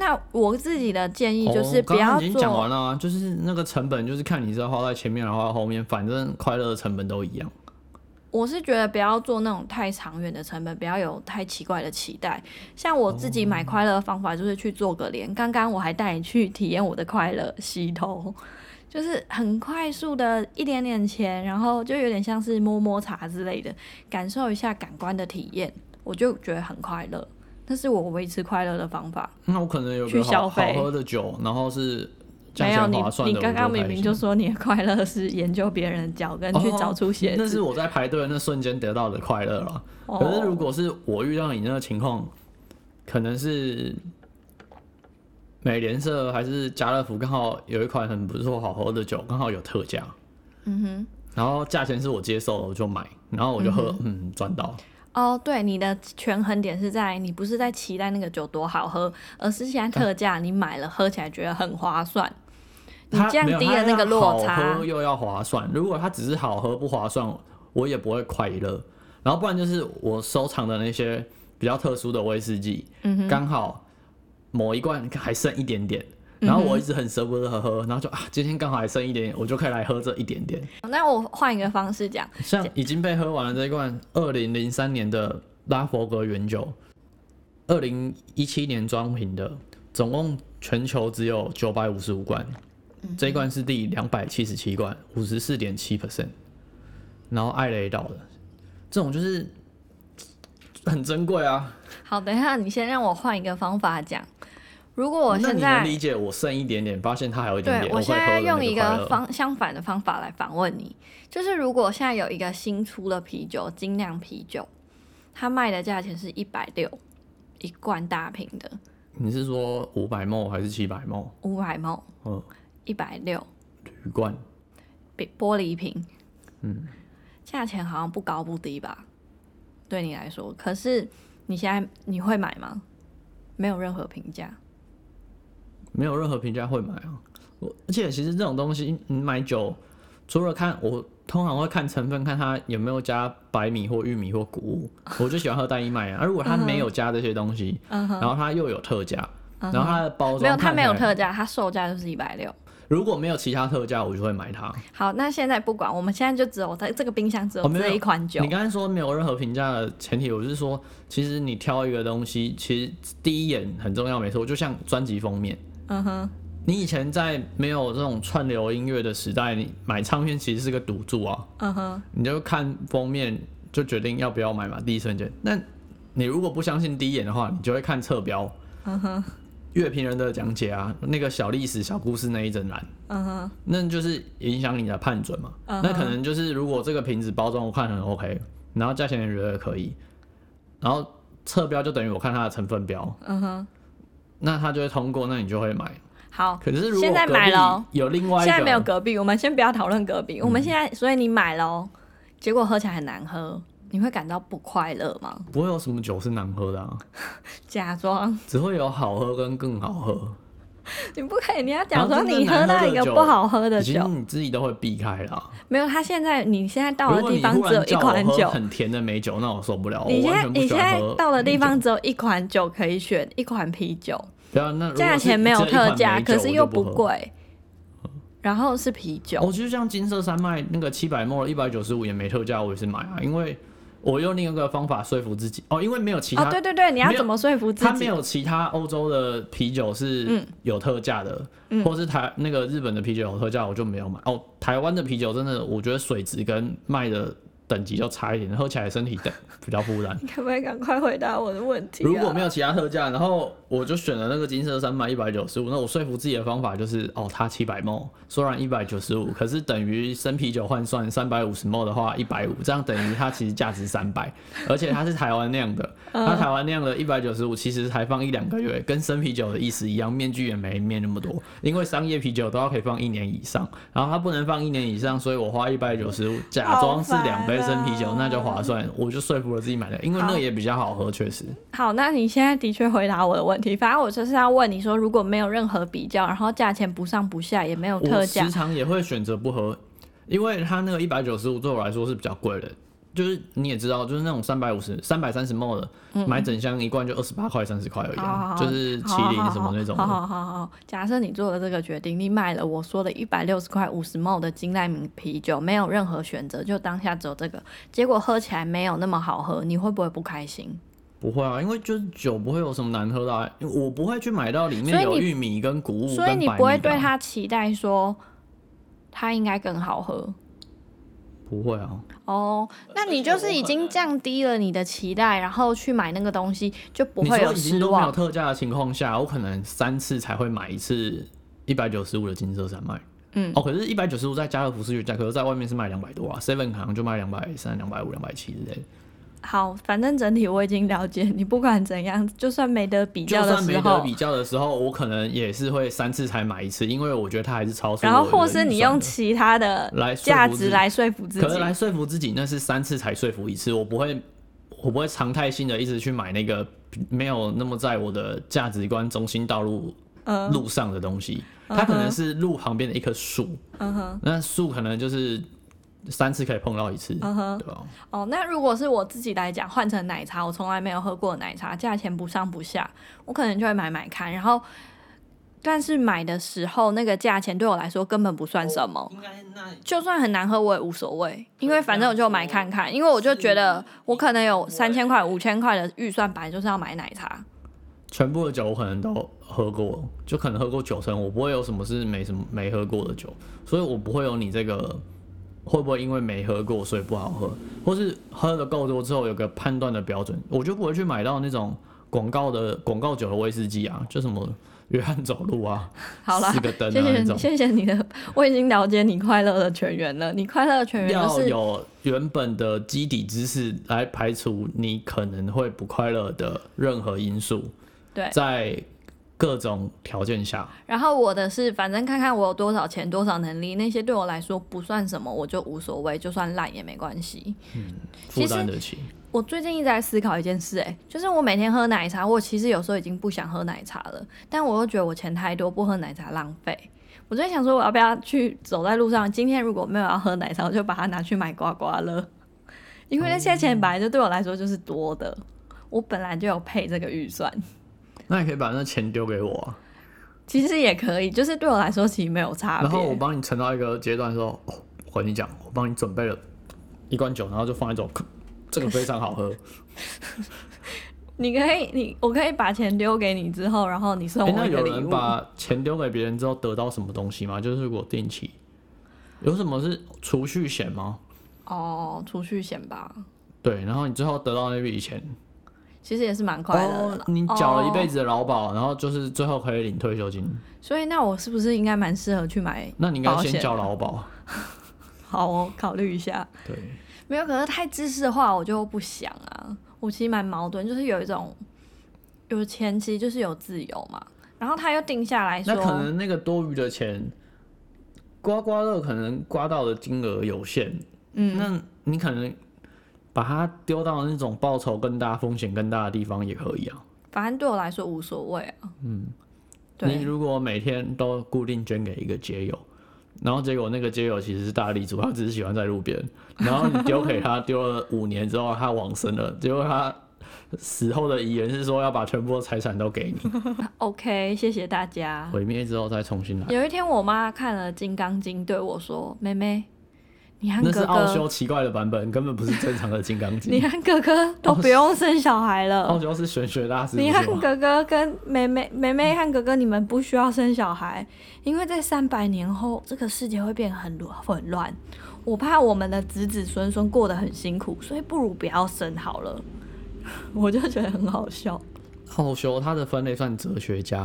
Speaker 2: 那我自己的建议就是
Speaker 1: 哦
Speaker 2: 不
Speaker 1: 刚刚
Speaker 2: 要
Speaker 1: 已经
Speaker 2: 做，
Speaker 1: 讲完了、啊，就是那个成本，就是看你是要花在前面，还是花在后面，反正快乐的成本都一样。
Speaker 2: 我是觉得不要做那种太长远的成本，不要有太奇怪的期待。像我自己
Speaker 1: 哦
Speaker 2: 买快乐的方法就是去做个脸，刚刚我还带你去体验我的快乐洗头，就是很快速的一点点钱，然后就有点像是摸摸茶之类的，感受一下感官的体验，我就觉得很快乐。那是我维持快乐的方法。
Speaker 1: 那我可能有
Speaker 2: 去
Speaker 1: 个好
Speaker 2: 消费
Speaker 1: 好喝的酒，然后是价
Speaker 2: 没有
Speaker 1: 钱
Speaker 2: 你
Speaker 1: 划，算
Speaker 2: 你
Speaker 1: 的，
Speaker 2: 刚刚明明就
Speaker 1: 说
Speaker 2: 说你的快乐是研究别人的脚跟去找出鞋
Speaker 1: 哦那
Speaker 2: 子。
Speaker 1: 是我在排队的那瞬间得到的快乐了。
Speaker 2: 哦
Speaker 1: 可是如果是我遇到你那个情况，可能是美联社还是家乐福刚好有一款很不错好喝的酒，刚好有特价，
Speaker 2: 嗯哼。
Speaker 1: 然后价钱是我接受了，我就买，然后我就喝，嗯，赚、到。
Speaker 2: 哦，对，你的权衡点是在你不是在期待那个酒多好喝，而是现
Speaker 1: 嗯
Speaker 2: 在特价你买了，喝起来觉得很划算。你
Speaker 1: 它
Speaker 2: 降
Speaker 1: 没有
Speaker 2: 低
Speaker 1: 它
Speaker 2: 了那
Speaker 1: 要
Speaker 2: 个落
Speaker 1: 好
Speaker 2: 差
Speaker 1: 喝，又要划算。如果它只是好喝不划算，我也不会快乐。然后不然就是我收藏的那些比较特殊的威士忌，
Speaker 2: 嗯
Speaker 1: 刚、好某一罐还剩一点点。然后我一直很舍不得喝，然后就啊，今天刚好还剩一点点，我就可以来喝这一点点。
Speaker 2: 那我换一个方式讲，
Speaker 1: 像已经被喝完了这一罐二零零三年的拉佛格原酒，二零一七年装瓶的，总共全球只有九百五十五罐，
Speaker 2: 嗯
Speaker 1: 这一罐是第两百七十七罐，五十四点七 percent，然后艾雷岛的，这种就是很珍贵啊。
Speaker 2: 好，等一下你先让我换一个方法讲。如果我
Speaker 1: 哦那
Speaker 2: 现
Speaker 1: 你能
Speaker 2: 在
Speaker 1: 理解我剩一点点，发现它还有一点
Speaker 2: 对
Speaker 1: 点，
Speaker 2: 我
Speaker 1: 会喝
Speaker 2: 现
Speaker 1: 的那
Speaker 2: 在用一
Speaker 1: 快乐
Speaker 2: 个方相反的方法来访问你，就是如果现在有一个新出的啤酒，精酿啤酒，它卖的价钱是一百六一罐大瓶的
Speaker 1: 你是说五百梦还是七百梦？
Speaker 2: 五百毛，
Speaker 1: 嗯，
Speaker 2: 一百六
Speaker 1: 铝罐，
Speaker 2: 比玻璃瓶，嗯，价钱好像不高不低吧？对你来说，可是你现在你会买吗？没有任何评价，
Speaker 1: 没有任何评价会买啊。我而且其实这种东西，你买酒除了看我通常会看成分，看它有没有加白米或玉米或谷
Speaker 2: [LAUGHS]
Speaker 1: 物，我就喜欢喝单一麦啊芽。而如果它没有加这些东西，
Speaker 2: 嗯
Speaker 1: 然后它又有特价，然后它的包装
Speaker 2: 没有，它
Speaker 1: 看起
Speaker 2: 没有
Speaker 1: 来，
Speaker 2: 特价，它售价就是一百六。
Speaker 1: 如果没有其他特价，我就会买它。
Speaker 2: 好，那现在不管，我们现在就只有在这个冰箱只有
Speaker 1: 哦没有
Speaker 2: 这一款酒。
Speaker 1: 你刚才说没有任何评价的前提，我是说，其实你挑一个东西，其实第一眼很重要，没错。就像专辑封面，
Speaker 2: 嗯哼，
Speaker 1: 你以前在没有这种串流音乐的时代，你买唱片其实是个赌注啊。
Speaker 2: 嗯哼，
Speaker 1: 你就看封面就决定要不要买嘛，第一瞬间。那你如果不相信第一眼的话，你就会看侧标，嗯哼，乐评人的讲解啊，那个小历史、小故事那一整栏，
Speaker 2: 嗯哼，
Speaker 1: 那就是影响你的判准嘛。
Speaker 2: 嗯哼
Speaker 1: 那可能就是如果这个瓶子包装我看很 OK，然后价钱也觉得可以，然后侧标就等于我看它的成分标，
Speaker 2: 嗯哼。
Speaker 1: 那它就会通过，那你就会买。
Speaker 2: 好，
Speaker 1: 可是如果
Speaker 2: 现在
Speaker 1: 隔壁
Speaker 2: 买了哦
Speaker 1: 有另外一
Speaker 2: 现
Speaker 1: 个，嗯
Speaker 2: 在没有隔壁，我们先不要讨论隔壁。我们现在，所以你买了哦，结果喝起来很难喝，你会感到不快乐吗？
Speaker 1: 不会有什么酒是难喝的啊，
Speaker 2: 假装 [LAUGHS]
Speaker 1: 只会有好喝跟更好喝。
Speaker 2: 你不可以，你要假
Speaker 1: 啊
Speaker 2: 装
Speaker 1: 真的
Speaker 2: 你喝
Speaker 1: 难喝
Speaker 2: 到
Speaker 1: 的
Speaker 2: 一个
Speaker 1: 酒
Speaker 2: 不好喝的
Speaker 1: 其实
Speaker 2: 酒。
Speaker 1: 你自己都会避开啦。
Speaker 2: 没有，他现在你现在到
Speaker 1: 如
Speaker 2: 的
Speaker 1: 果
Speaker 2: 地
Speaker 1: 你
Speaker 2: 方
Speaker 1: 忽
Speaker 2: 只有
Speaker 1: 然
Speaker 2: 一
Speaker 1: 叫我
Speaker 2: 款
Speaker 1: 喝
Speaker 2: 酒，
Speaker 1: 很甜的美酒，那我受不了。
Speaker 2: 你
Speaker 1: 我
Speaker 2: 现
Speaker 1: 完
Speaker 2: 在
Speaker 1: 全不
Speaker 2: 你
Speaker 1: 喜
Speaker 2: 现
Speaker 1: 欢
Speaker 2: 在
Speaker 1: 喝
Speaker 2: 到的地
Speaker 1: 美
Speaker 2: 方
Speaker 1: 酒，
Speaker 2: 只有一款酒可以选，一款啤酒，
Speaker 1: 对啊，那如果
Speaker 2: 价
Speaker 1: 是
Speaker 2: 钱没有
Speaker 1: 只一款
Speaker 2: 特价，
Speaker 1: 美酒
Speaker 2: 可是又
Speaker 1: 我就不喝。哦
Speaker 2: 贵，哦然后是啤酒。
Speaker 1: 我其实像金色山脉那个七百沫一百九十五也没特价，我也是买啊，因为我用另一个方法说服自己哦，因为没有其
Speaker 2: 哦，
Speaker 1: 他，
Speaker 2: 对对对，你要
Speaker 1: 没有
Speaker 2: 怎么说服自
Speaker 1: 它没
Speaker 2: 己？
Speaker 1: 有其他欧洲的啤酒是
Speaker 2: 嗯
Speaker 1: 有特价的，或是台那个日本的啤酒有特价，我就没有买。哦，台湾的啤酒真的，我觉得水质跟卖的等级就差一点，喝起来身体的比较负担。
Speaker 2: 你可不可以赶快回答我的问题、啊？
Speaker 1: 如果没有其他特价，然后我就选了那个金色三百一百九十五。那我说服自己的方法就是，哦，它七百梦，虽然一百九十五，可是等于生啤酒换算三百五十梦的话，一百五，这样等于它其实价值三百，而且它是台湾酿的，
Speaker 2: 嗯
Speaker 1: 它台湾酿的一百九十五其实才放一两个月，跟生啤酒的意思一样，面具也没面那么多，因为商业啤酒都要可以放一年以上，然后它不能放一年以上，所以我花一百九十五，假装是两杯生啤酒，
Speaker 2: 好烦啊
Speaker 1: 那就划算，我就说服了自己买的，因为那
Speaker 2: 好
Speaker 1: 个也比较好喝，确实。
Speaker 2: 好，那你现在的确回答我的问题。反正我就是要问你说，如果没有任何比较，然后价钱不上不下，也没哦有特
Speaker 1: 我
Speaker 2: 价
Speaker 1: 时，常也会选择不喝，因为它那个一百九十五对我来说是比较贵的，就是你也知道，就是那种三百五十、三百三十 ml 的，买整箱一罐就二十八块、三十块而已啊、
Speaker 2: 嗯好好好
Speaker 1: 就是麒麟什么那种
Speaker 2: 好
Speaker 1: 的。
Speaker 2: 好好好好，假设你做了这个决定，你买了我说的一百六十块五十 ml 的金奈米啤酒，没有任何选择，就当下只有这个，结果喝起来没有那么好喝，你会不会不开心？
Speaker 1: 不会啊，因为就是酒不会有什么难喝的、啊，我不会去买到里
Speaker 2: 所
Speaker 1: 面
Speaker 2: 以你
Speaker 1: 有玉米跟谷物跟
Speaker 2: 所以你
Speaker 1: 白
Speaker 2: 不会
Speaker 1: 米的啊
Speaker 2: 对它期待说它应该更好喝
Speaker 1: 不会啊，
Speaker 2: 哦。那你就是已经降低了你的期待，然后去买那个东西就不
Speaker 1: 你
Speaker 2: 会
Speaker 1: 说
Speaker 2: 有
Speaker 1: 已经
Speaker 2: 失
Speaker 1: 都没有
Speaker 2: 望。
Speaker 1: 特价的情况下，我可能三次才会买一次一百九十五的金色山脉。
Speaker 2: 嗯
Speaker 1: 哦，可是，一百九十五在家乐福是原价，可是在外面是卖两百多啊，Seven 好像就卖两百三、两百五、两百七之类的。
Speaker 2: 好，反正整体我已经了解，你不管怎样，就算没得比
Speaker 1: 就
Speaker 2: 较的
Speaker 1: 算
Speaker 2: 时
Speaker 1: 没得
Speaker 2: 候，
Speaker 1: 比较的时候，我可能也是会三次才买一次，因为我觉得它还是超出我的
Speaker 2: 然后或是你
Speaker 1: 预算
Speaker 2: 用
Speaker 1: 的
Speaker 2: 其他的
Speaker 1: 来说服
Speaker 2: 价
Speaker 1: 自
Speaker 2: 值
Speaker 1: 己
Speaker 2: 来说服自
Speaker 1: 可是
Speaker 2: 己。
Speaker 1: 来说服自己，那是三次才说服一次，我不会，我不会常态性的一直去买那个没有那么在我的价值观中心道路
Speaker 2: 嗯
Speaker 1: 路上的东西，它可能是路旁边的一棵树，
Speaker 2: 嗯哼，
Speaker 1: 那树可能就是三次可以碰到一次，
Speaker 2: 嗯哼，
Speaker 1: 对吧？
Speaker 2: 哦，那如果是我自己来讲，换成奶茶，我从来没有喝过奶茶，价钱不上不下，我可能就会买买看。然后，但是买的时候那个价钱对我来说根本不算什么，
Speaker 1: 应该那
Speaker 2: 就算很难喝我也无所谓，因为反正我就买看看，因为我就觉得我可能有三千块、五千块的预算，本来就是要买奶茶。
Speaker 1: 全部的酒我可能都喝过，就可能喝过九成，我不会有什么是没什么没喝过的酒，所以我不会有你这个会不会因为没喝过所以不好喝，或是喝的够多之后有个判断的标准，我就不会去买到那种广告的广告酒的威士忌啊，就什么约翰走路啊，
Speaker 2: [LAUGHS] 好啦
Speaker 1: 四个灯啊
Speaker 2: [LAUGHS] 谢谢
Speaker 1: 那
Speaker 2: 你，
Speaker 1: 种，
Speaker 2: 谢谢你的，我已经了解你快乐的全员了。你快乐的全员就
Speaker 1: 要
Speaker 2: 是
Speaker 1: 有原本的基底知识来排除你可能会不快乐的任何因素，
Speaker 2: 对，
Speaker 1: 在各种条件下。
Speaker 2: 然后我的是，反正看看我有多少钱、多少能力，那些对我来说不算什么，我就无所谓，就算烂也没关系。
Speaker 1: 负担得起，
Speaker 2: 我最近一直在思考一件事、哎，就是我每天喝奶茶，我其实有时候已经不想喝奶茶了，但我又觉得我钱太多，不喝奶茶浪费。我就在想说，我要不要去走在路上？今天如果没有要喝奶茶，我就把它拿去买刮刮乐，因为那些钱本来就对我来说就是多的，我本来就有配这个预算。
Speaker 1: 那你可以把那钱丢给我啊、
Speaker 2: 其实也可以，就是对我来说其实没有差别。
Speaker 1: 然后我帮你存到一个阶段说，哦，我跟你讲，我帮你准备了一罐酒，然后就放一种， [LAUGHS] 这个非常好
Speaker 2: [LAUGHS]
Speaker 1: 喝。
Speaker 2: 你可以，你我可以把钱丢给你之后，然后你送
Speaker 1: 哎、
Speaker 2: 我
Speaker 1: 那
Speaker 2: 一个
Speaker 1: 有
Speaker 2: 礼
Speaker 1: 人
Speaker 2: 物。
Speaker 1: 把钱丢给别人之后得到什么东西吗？就是如果定期有什么是储蓄险吗？
Speaker 2: 哦，储蓄险吧，
Speaker 1: 对，然后你最后得到那笔钱，
Speaker 2: 其实也是蛮快乐的
Speaker 1: 哦
Speaker 2: 啦、，
Speaker 1: 你缴了一辈
Speaker 2: 哦
Speaker 1: 子的劳保，然后就是最后可以领退休金。
Speaker 2: 所以那我是不是应该蛮适合去买？
Speaker 1: 那你应该
Speaker 2: 保
Speaker 1: 先
Speaker 2: 险
Speaker 1: 缴劳保，
Speaker 2: 好、哦，考虑一下。
Speaker 1: 对，
Speaker 2: 没有，可是太知识化我就不想啊。我其实蛮矛盾，就是有一种有钱其实就是有自由嘛，然后他又定下来
Speaker 1: 那
Speaker 2: 说，
Speaker 1: 可能那个多余的钱，刮刮乐可能刮到的金额有限，
Speaker 2: 嗯，
Speaker 1: 那你可能把它丢到那种报酬更大、风险更大的地方也可以啊。
Speaker 2: 反正对我来说无所谓啊。嗯，
Speaker 1: 你
Speaker 2: 对，
Speaker 1: 如果每天都固定捐给一个街友，然后结果那个街友其实是大力主，他只是喜欢在路边，然后你丢给
Speaker 2: [LAUGHS]
Speaker 1: 他丢了五年之后，他往生了，结果他死后的遗言是说要把全部的财产都给你，
Speaker 2: OK，谢谢大家。
Speaker 1: 毁灭之后再重新来。
Speaker 2: 有一天，我妈看了《金刚经》，对我说：“妹妹，你和
Speaker 1: 那是
Speaker 2: 哥
Speaker 1: 奥
Speaker 2: 哥，
Speaker 1: 修奇怪的版本，根本不是正常的《金
Speaker 2: [LAUGHS]
Speaker 1: 刚经啊
Speaker 2: 你》。和哥哥都不用生小孩
Speaker 1: 奥
Speaker 2: 了。
Speaker 1: 修是玄学大师，
Speaker 2: 你
Speaker 1: 不是
Speaker 2: 和
Speaker 1: 吗
Speaker 2: 哥哥跟妹妹，妹妹和哥哥，你们不需要生小孩，因为在三百年后，这个世界会变得很乱混乱。我怕我们的子子孙孙过得很辛苦，所以不如不要生好了。” [LAUGHS] 我就觉得很好笑。
Speaker 1: 奥修他的分类算哲学家，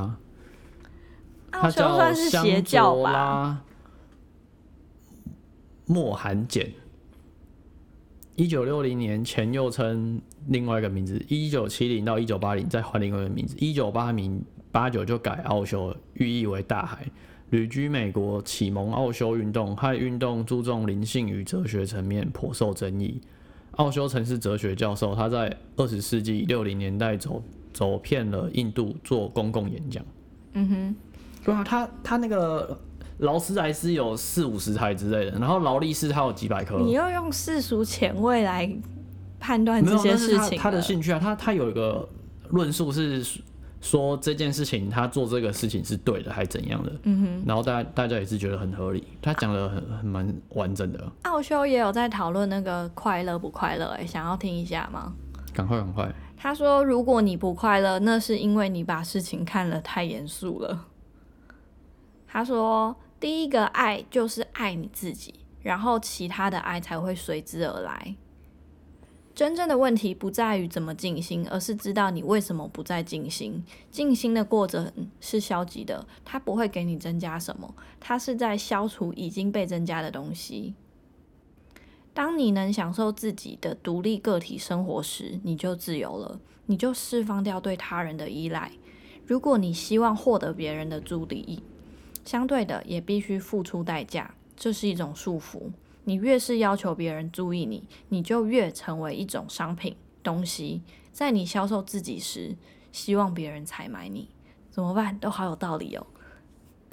Speaker 2: 奥
Speaker 1: 他
Speaker 2: 修
Speaker 1: 叫
Speaker 2: 算是邪教吧？
Speaker 1: 吧？莫寒简，一九六零年前又称另外一个名字，一九七零到一九八零再换另外一个名字，一九八零八九就改奥修，寓意为大海。旅居美国，启蒙奥修运动，和运动注重灵性与哲学层面，颇受争议。奥修曾是哲学教授，他在二十世纪六零年代走走遍了印度做公共演讲。
Speaker 2: 嗯哼，
Speaker 1: 对啊，他他那个劳斯莱斯有四五十台之类的，然后劳力士它有几百颗。
Speaker 2: 你又用世俗前卫来判断
Speaker 1: 没
Speaker 2: 这
Speaker 1: 有，
Speaker 2: 些
Speaker 1: 但是
Speaker 2: 事
Speaker 1: 他
Speaker 2: 情
Speaker 1: 他的
Speaker 2: 了
Speaker 1: 兴趣啊，他他有一个论述是说这件事情，他做这个事情是对的，还怎样的？嗯哼。然后大家大家也是觉得很合理，他讲的很很蛮完整的，
Speaker 2: 奥修也有在讨论那个快乐不快乐、欸，想要听一下吗？
Speaker 1: 赶快赶快。
Speaker 2: 他说，如果你不快乐，那是因为你把事情看得太严肃了。他说，第一个爱就是爱你自己，然后其他的爱才会随之而来。真正的问题不在于怎么静心，而是知道你为什么不再静心。静心的过程是消极的，它不会给你增加什么，它是在消除已经被增加的东西。当你能享受自己的独立个体生活时，你就自由了，你就释放掉对他人的依赖。如果你希望获得别人的注意，相对的也必须付出代价，这是一种束缚。你越是要求别人注意你，你就越成为一种商品东西。在你销售自己时，希望别人采买你，怎么办？都好有道理哦。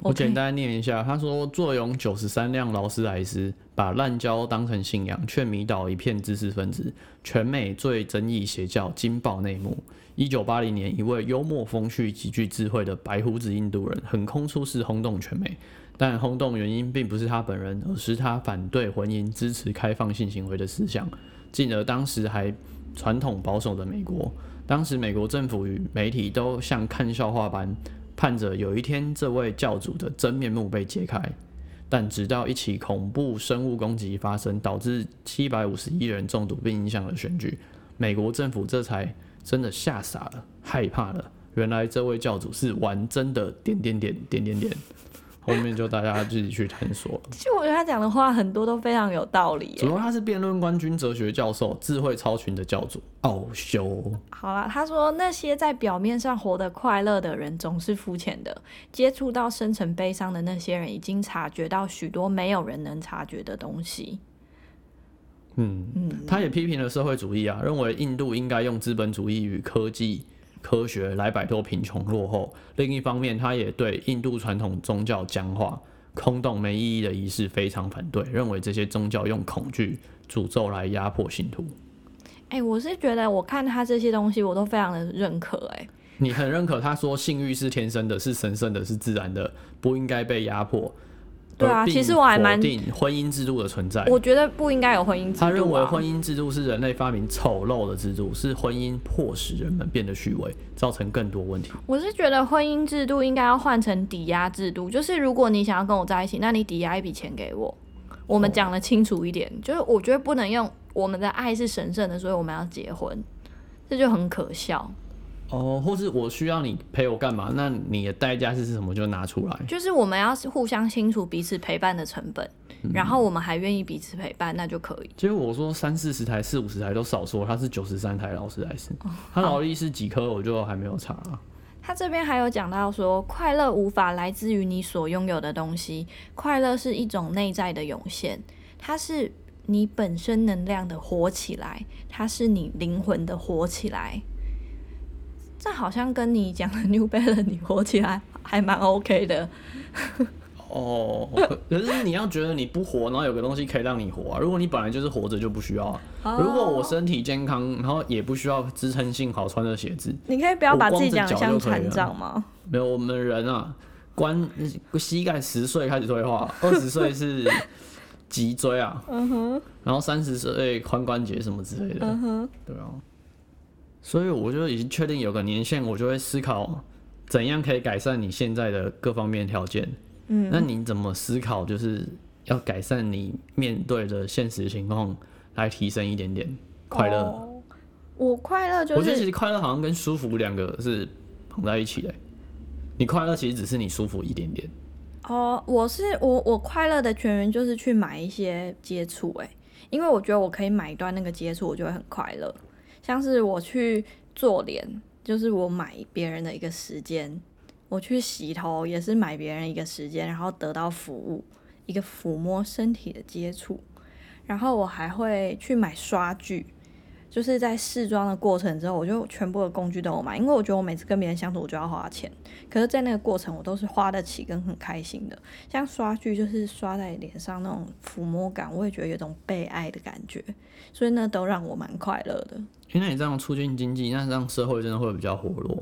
Speaker 1: 我简
Speaker 2: 可以
Speaker 1: 单念一下，他说：“坐拥九十三辆劳斯莱斯，把滥交当成信仰，却迷倒一片知识分子。全美最争议邪教惊爆内幕。一九八零年，一位幽默风趣、极具智慧的白胡子印度人横空出世，轰动全美。但轰动原因并不是他本人，而是他反对婚姻、支持开放性行为的思想，进而当时还传统保守的美国。当时美国政府与媒体都像看笑话般盼着有一天这位教主的真面目被揭开。但直到一起恐怖生物攻击发生，导致七百五十一人中毒并影响了选举，美国政府这才真的吓傻了，害怕了。原来这位教主是玩真的点点点点点点，后面就大家自己去探索了。
Speaker 2: 其实我觉得他讲的话很多都非常有道理耶。
Speaker 1: 主要他是辩论冠军、哲学教授、智慧超群的教主奥修。
Speaker 2: 好啦，他说那些在表面上活得快乐的人总是肤浅的，接触到深层悲伤的那些人已经察觉到许多没有人能察觉的东西。嗯
Speaker 1: 他也批评了社会主义啊，认为印度应该用资本主义与科技、科学来摆脱贫穷落后。另一方面，他也对印度传统宗教僵化、空洞没意义的仪式非常反对，认为这些宗教用恐惧、诅咒来压迫信徒。
Speaker 2: 哎、我是觉得我看他这些东西，我都非常的认可、哎，
Speaker 1: 你很认可他说性欲是天生的，是神圣的，是自然的，不应该被压迫。
Speaker 2: 对啊
Speaker 1: 而并
Speaker 2: 其实我还蛮
Speaker 1: 否定婚姻制度的存在。
Speaker 2: 我觉得不应该有婚姻制度、啊。
Speaker 1: 他认为婚姻制度是人类发明丑陋的制度，是婚姻迫使人们变得虚伪，造成更多问题。
Speaker 2: 我是觉得婚姻制度应该要换成抵押制度，就是如果你想要跟我在一起，那你抵押一笔钱给我，我们讲的清楚一点，就是我觉得不能用我们的爱是神圣的，所以我们要结婚，这就很可笑。
Speaker 1: 哦，或是我需要你陪我干嘛？那你的代价是什么？就拿出来。
Speaker 2: 就是我们要互相清楚彼此陪伴的成本，然后我们还愿意彼此陪伴，那就可以。
Speaker 1: 结果我说三四十台、四五十台都少说，他是九十三台劳斯莱斯，他劳力士几颗我就还没有查、啊。
Speaker 2: 他这边还有讲到说，快乐无法来自于你所拥有的东西，快乐是一种内在的涌现，它是你本身能量的活起来，它是你灵魂的活起来。这好像跟你讲的 [LAUGHS] New Balance 你活起来还蛮 OK 的，
Speaker 1: 哦，可是你要觉得你不活，然后有个东西可以让你活啊。如果你本来就是活着，就不需要啊。如果我身体健康，然后也不需要支撑性好穿的鞋子，
Speaker 2: 你可以不要把
Speaker 1: 我
Speaker 2: 自
Speaker 1: 光
Speaker 2: 己
Speaker 1: 着
Speaker 2: 讲的
Speaker 1: 脚就可
Speaker 2: 像
Speaker 1: 以
Speaker 2: 船
Speaker 1: 了
Speaker 2: 长吗？
Speaker 1: 没有，我们人啊，关膝盖十岁开始退 [LAUGHS] 化，二十岁是脊椎啊，嗯哼，然后三十岁髋关节什么之类的，嗯哼，对啊，所以我就已经确定有个年限，我就会思考怎样可以改善你现在的各方面条件。嗯，那你怎么思考就是要改善你面对的现实情况，来提升一点点快乐？
Speaker 2: 哦我快乐就
Speaker 1: 我觉得其
Speaker 2: 是
Speaker 1: 实快乐好像跟舒服两个是绑在一起的。你快乐其实只是你舒服一点点，
Speaker 2: 哦，我是我我快乐的全员就是去买一些接触哎、因为我觉得我可以买断那个接触，我就会很快乐。像是我去做脸，就是我买别人的一个时间；我去洗头也是买别人一个时间，然后得到服务，一个抚摸身体的接触。然后我还会去买刷具，就是在试妆的过程之后，我就全部的工具都有买，因为我觉得我每次跟别人相处，我就要花钱。可是，在那个过程，我都是花得起跟很开心的。像刷具，就是刷在脸上那种抚摸感，我也觉得有种被爱的感觉，所以那都让我蛮快乐的。
Speaker 1: 因为你这样促进经济，那这样社会真的会比较活
Speaker 2: [LAUGHS]
Speaker 1: 络。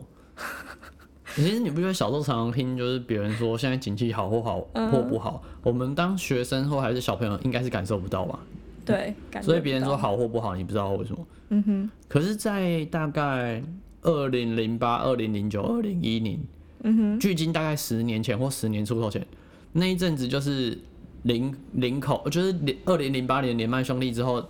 Speaker 1: 其实你不觉得小时候常常听就是别人说现在景气好或好
Speaker 2: 嗯
Speaker 1: 或不好，我们当学生或还是小朋友应该是感受不到吧？
Speaker 2: 对，感觉
Speaker 1: 所以别人
Speaker 2: 不
Speaker 1: 说
Speaker 2: 到，
Speaker 1: 好或不好，你不知道为什么。
Speaker 2: 嗯哼，
Speaker 1: 可是，在大概二零零八、二零零九、二零一零，
Speaker 2: 嗯哼，
Speaker 1: 距今大概十年前或十年出头前，那一阵子就是零零口，就是二零零八年连麦兄弟之后，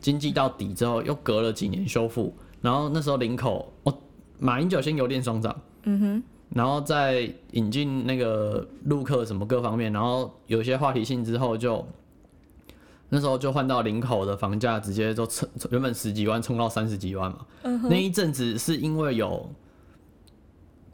Speaker 1: 经济到底之后，又隔了几年修复，然后那时候林口，哦，马英九先油电双涨，
Speaker 2: 嗯哼，
Speaker 1: 然后再引进那个陆客什么各方面，然后有些话题性之后就，那时候就换到林口的房价直接就冲，原本十几万冲到三十几万嘛。
Speaker 2: 嗯
Speaker 1: 那一阵子是因为有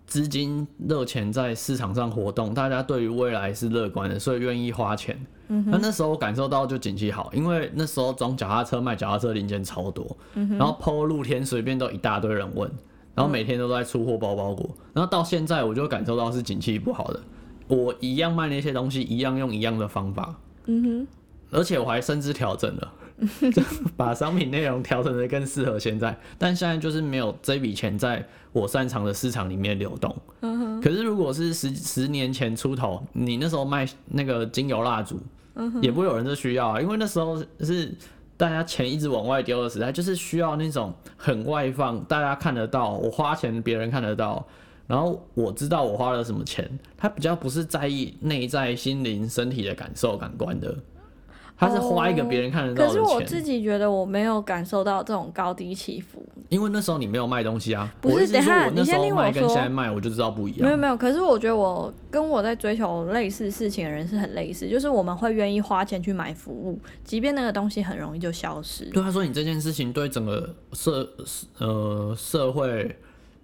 Speaker 1: 资金热钱在市场上活动，大家对于未来是乐观的，所以愿意花钱。
Speaker 2: 嗯
Speaker 1: 那那时候我感受到就景气好，因为那时候装脚踏车卖脚踏车零件超多，
Speaker 2: 嗯
Speaker 1: 然后抛露天随便都一大堆人问，然后每天都在出货包包裹，然后到现在我就感受到是景气不好的，我一样卖那些东西，一样用一样的方法，
Speaker 2: 嗯哼，
Speaker 1: 而且我还甚至调整了，就 [LAUGHS] 把商品内容调整的更适合现在，但现在就是没有这笔钱在我擅长的市场里面流动。
Speaker 2: 嗯哼，
Speaker 1: 可是如果是十十年前出头，你那时候卖那个精油蜡烛，
Speaker 2: 嗯
Speaker 1: 也不会有人这需要啊，因为那时候是大家钱一直往外丢的时代，就是需要那种很外放，大家看得到，我花钱别人看得到，然后我知道我花了什么钱，他比较不是在意内在、心灵、身体的感受、感官的，他是花一个别人看得到
Speaker 2: 哦可
Speaker 1: 的
Speaker 2: 是我
Speaker 1: 钱，
Speaker 2: 自己觉得我没有感受到这种高低起伏，
Speaker 1: 因为那时候你没有卖东西啊，
Speaker 2: 不是
Speaker 1: 我一直
Speaker 2: 等一
Speaker 1: 说
Speaker 2: 下
Speaker 1: 我那时
Speaker 2: 你先
Speaker 1: 候
Speaker 2: 听我
Speaker 1: 卖跟
Speaker 2: 说
Speaker 1: 现在卖，我就知道不一
Speaker 2: 没有
Speaker 1: 样。
Speaker 2: 没有，可是我觉得我跟我在追求类似事情的人是很类似，就是我们会愿意花钱去买服务，即便那个东西很容易就消失。
Speaker 1: 对他说：“你这件事情对整个社呃社会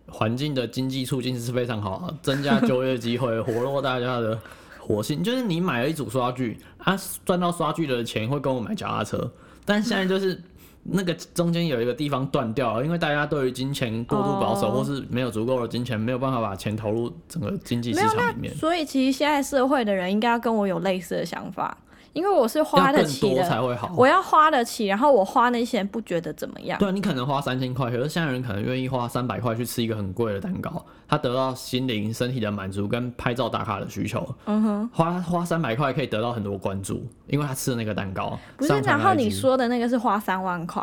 Speaker 1: 环境的经济促进是非常好的，增加就业机会，活络大家的活性。就是你买了一组刷具啊，赚到刷具的钱会跟我买脚踏车，但现在就是那个中间有一个地方断掉了，因为大家对于金钱过度保守，
Speaker 2: 哦
Speaker 1: 或是没有足够的金钱，没有办法把钱投入整个经济市
Speaker 2: 没有
Speaker 1: 场里面，
Speaker 2: 所以其实现在社会的人应该要跟我有类似的想法，因为我是花
Speaker 1: 要
Speaker 2: 得
Speaker 1: 更
Speaker 2: 起
Speaker 1: 多才
Speaker 2: 的，
Speaker 1: 会好。”
Speaker 2: 我要花得起，然后我花那些不觉得怎么样。
Speaker 1: 对，啊你可能花三千块，可是现在人可能愿意花三百块去吃一个很贵的蛋糕，他得到心灵、身体的满足跟拍照打卡的需求。
Speaker 2: 嗯哼，
Speaker 1: 花花三百块可以得到很多关注，因为他吃的那个蛋糕。
Speaker 2: 不是。
Speaker 1: 上传
Speaker 2: 然后你
Speaker 1: IG
Speaker 2: 说的那个是花三万块，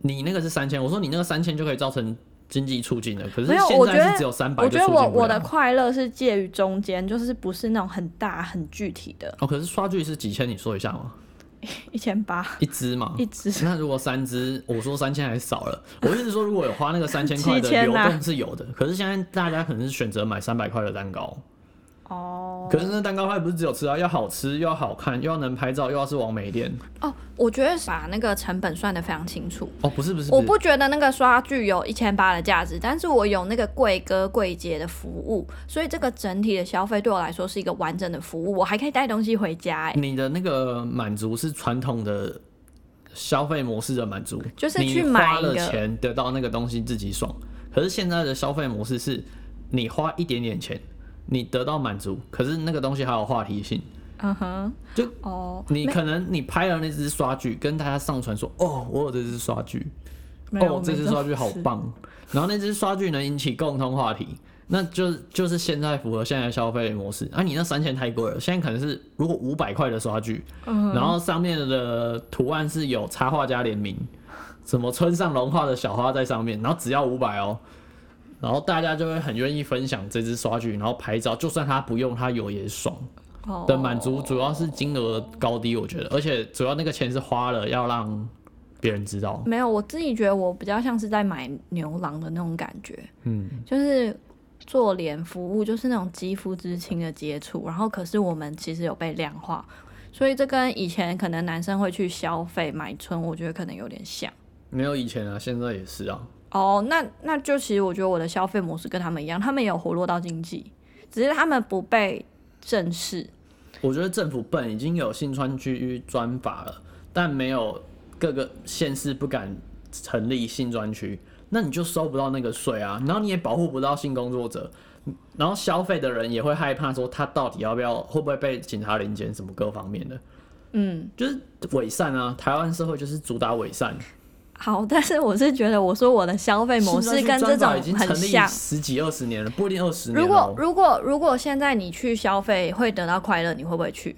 Speaker 1: 你那个是三千，我说你那个三千就可以造成经济促进了，可是
Speaker 2: 没有
Speaker 1: 现
Speaker 2: 我觉
Speaker 1: 在
Speaker 2: 得
Speaker 1: 是只有三百，
Speaker 2: 我觉得我我的快乐是介于中间，就是不是那种很大很具体的，
Speaker 1: 哦，可是刷剧是几千，你说一下吗？
Speaker 2: 一千八
Speaker 1: 一支嘛，
Speaker 2: 一支。
Speaker 1: 那如果三支，我说三千还少
Speaker 2: [LAUGHS]
Speaker 1: 了。我意思是说，如果有花那个三千块的
Speaker 2: 7000
Speaker 1: 流
Speaker 2: 啊
Speaker 1: 动是有的，可是现在大家可能是选择买三百块的蛋糕。
Speaker 2: 哦
Speaker 1: 可是那蛋糕它也不是只有吃啊，要好吃，又要好看，又要能拍照，又要是完美店。
Speaker 2: 哦，我觉得把那个成本算得非常清楚。
Speaker 1: 哦，不是不是，
Speaker 2: 我
Speaker 1: 不
Speaker 2: 不觉得那个刷具有一千八的价值，但是我有那个贵哥贵姐的服务，所以这个整体的消费对我来说是一个完整的服务，我还可以带东西回家、哎
Speaker 1: 是，你的那个满足是传统的消费模式的满足，
Speaker 2: 就是
Speaker 1: 你
Speaker 2: 去买
Speaker 1: 花
Speaker 2: 一个
Speaker 1: 了钱得到那个东西自己爽。可是现在的消费模式是，你花一点点钱，你得到满足，可是那个东西还有话题性。
Speaker 2: 嗯哼，
Speaker 1: 就
Speaker 2: 哦，
Speaker 1: 你可能你拍了那只刷具，跟大家上传说，哦，我有这只刷具，
Speaker 2: 没有
Speaker 1: 哦，这支刷具好，棒。然后那支刷具能引起共同话题，那就就是现在符合现在的消费模式。啊，你那三千太贵了，现在可能是如果五百块的刷具，
Speaker 2: 嗯
Speaker 1: 然后上面的图案是有插画家联名，什么村上隆画的小花在上面，然后只要五百哦。然后大家就会很愿意分享这支刷具，然后拍照，就算他不用，他有也爽
Speaker 2: 哦
Speaker 1: 的满足，主要是金额高低，我觉得，而且主要那个钱是花了，要让别人知道。
Speaker 2: 没有，我自己觉得我比较像是在买牛郎的那种感觉，
Speaker 1: 嗯，
Speaker 2: 就是做脸服务，就是那种肌肤之亲的接触。然后，可是我们其实有被量化，所以这跟以前可能男生会去消费买春，我觉得可能有点像。
Speaker 1: 没有以前啊，现在也是啊。
Speaker 2: 哦，那那就其实我觉得我的消费模式跟他们一样，他们也有活络到经济，只是他们不被正视。
Speaker 1: 我觉得政府笨，已经有性川区专法了，但没有各个县市不敢成立性专区，那你就收不到那个税啊，然后你也保护不到性工作者，然后消费的人也会害怕说他到底要不要，会不会被警察临检什么各方面的，
Speaker 2: 嗯，
Speaker 1: 就是伪善啊，台湾社会就是主打伪善，
Speaker 2: 好，但是我是觉得，我说我的消费模式
Speaker 1: 性
Speaker 2: 哎跟
Speaker 1: 专区
Speaker 2: 这
Speaker 1: 专法
Speaker 2: 种
Speaker 1: 已经
Speaker 2: 很
Speaker 1: 成立
Speaker 2: 像。
Speaker 1: 十几二十年了，不一定二十年
Speaker 2: 如
Speaker 1: 哦
Speaker 2: 果如果如果现在你去消费会得到快乐，你会不会去？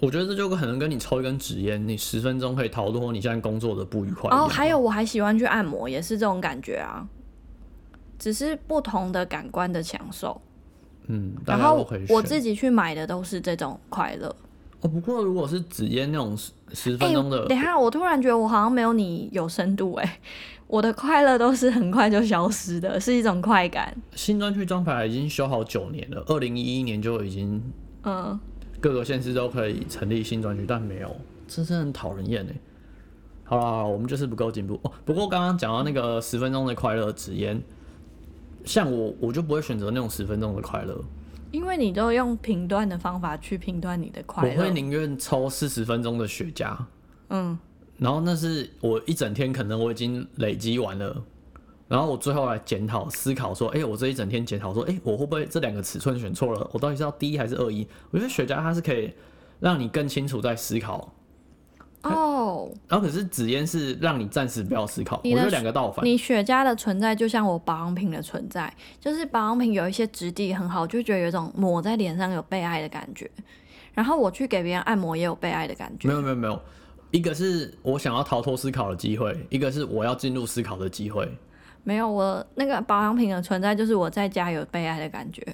Speaker 1: 我觉得这就可能跟你抽一根纸烟，你十分钟可以逃脱你现在工作的不愉快一样。
Speaker 2: 然后哦还有我还喜欢去按摩，也是这种感觉啊，只是不同的感官的享受。
Speaker 1: 嗯，大
Speaker 2: 然
Speaker 1: 家都
Speaker 2: 后
Speaker 1: 可以选
Speaker 2: 我自己去买的都是这种快乐。
Speaker 1: 哦，不过如果是纸烟那种十十
Speaker 2: 哎、
Speaker 1: 分钟的，
Speaker 2: 等一下，我突然觉得我好像没有你有深度哎、 [LAUGHS] 我的快乐都是很快就消失的，是一种快感。
Speaker 1: 新专区装牌已经修好九年了，二零一一年就已经
Speaker 2: 嗯，
Speaker 1: 各个县市都可以成立新专区，但没有，这真的很讨人厌哎。好了好了，我们就是不够进步哦。不过刚刚讲到那个十分钟的快乐纸烟，像我我就不会选择那种十分钟的快乐，
Speaker 2: 因为你都用评断的方法去评断你的
Speaker 1: 我
Speaker 2: 快
Speaker 1: 会
Speaker 2: 乐。
Speaker 1: 宁愿抽四十分钟的雪茄。
Speaker 2: 嗯，
Speaker 1: 然后那是我一整天可能我已经累积完了，然后我最后来检讨思考说，哎、我这一整天检讨说，哎、我会不会这两个尺寸选错了？我到底是要第一还是二一？我觉得雪茄它是可以让你更清楚在思考，
Speaker 2: 哦，
Speaker 1: 然后可是纸烟是让你暂时不要思考，我
Speaker 2: 你的
Speaker 1: 觉得两个倒反。
Speaker 2: 你雪茄的存在就像我保养品的存在，就是保养品有一些质地很好，就觉得有一种抹在脸上有被爱的感觉。然后我去给别人按摩也有被爱的感觉
Speaker 1: 没。有没有没有，一个是我想要逃脱思考的机会，一个是我要进入思考的机会。
Speaker 2: 没有，我那个保养品的存在就是我在家有被爱的感觉，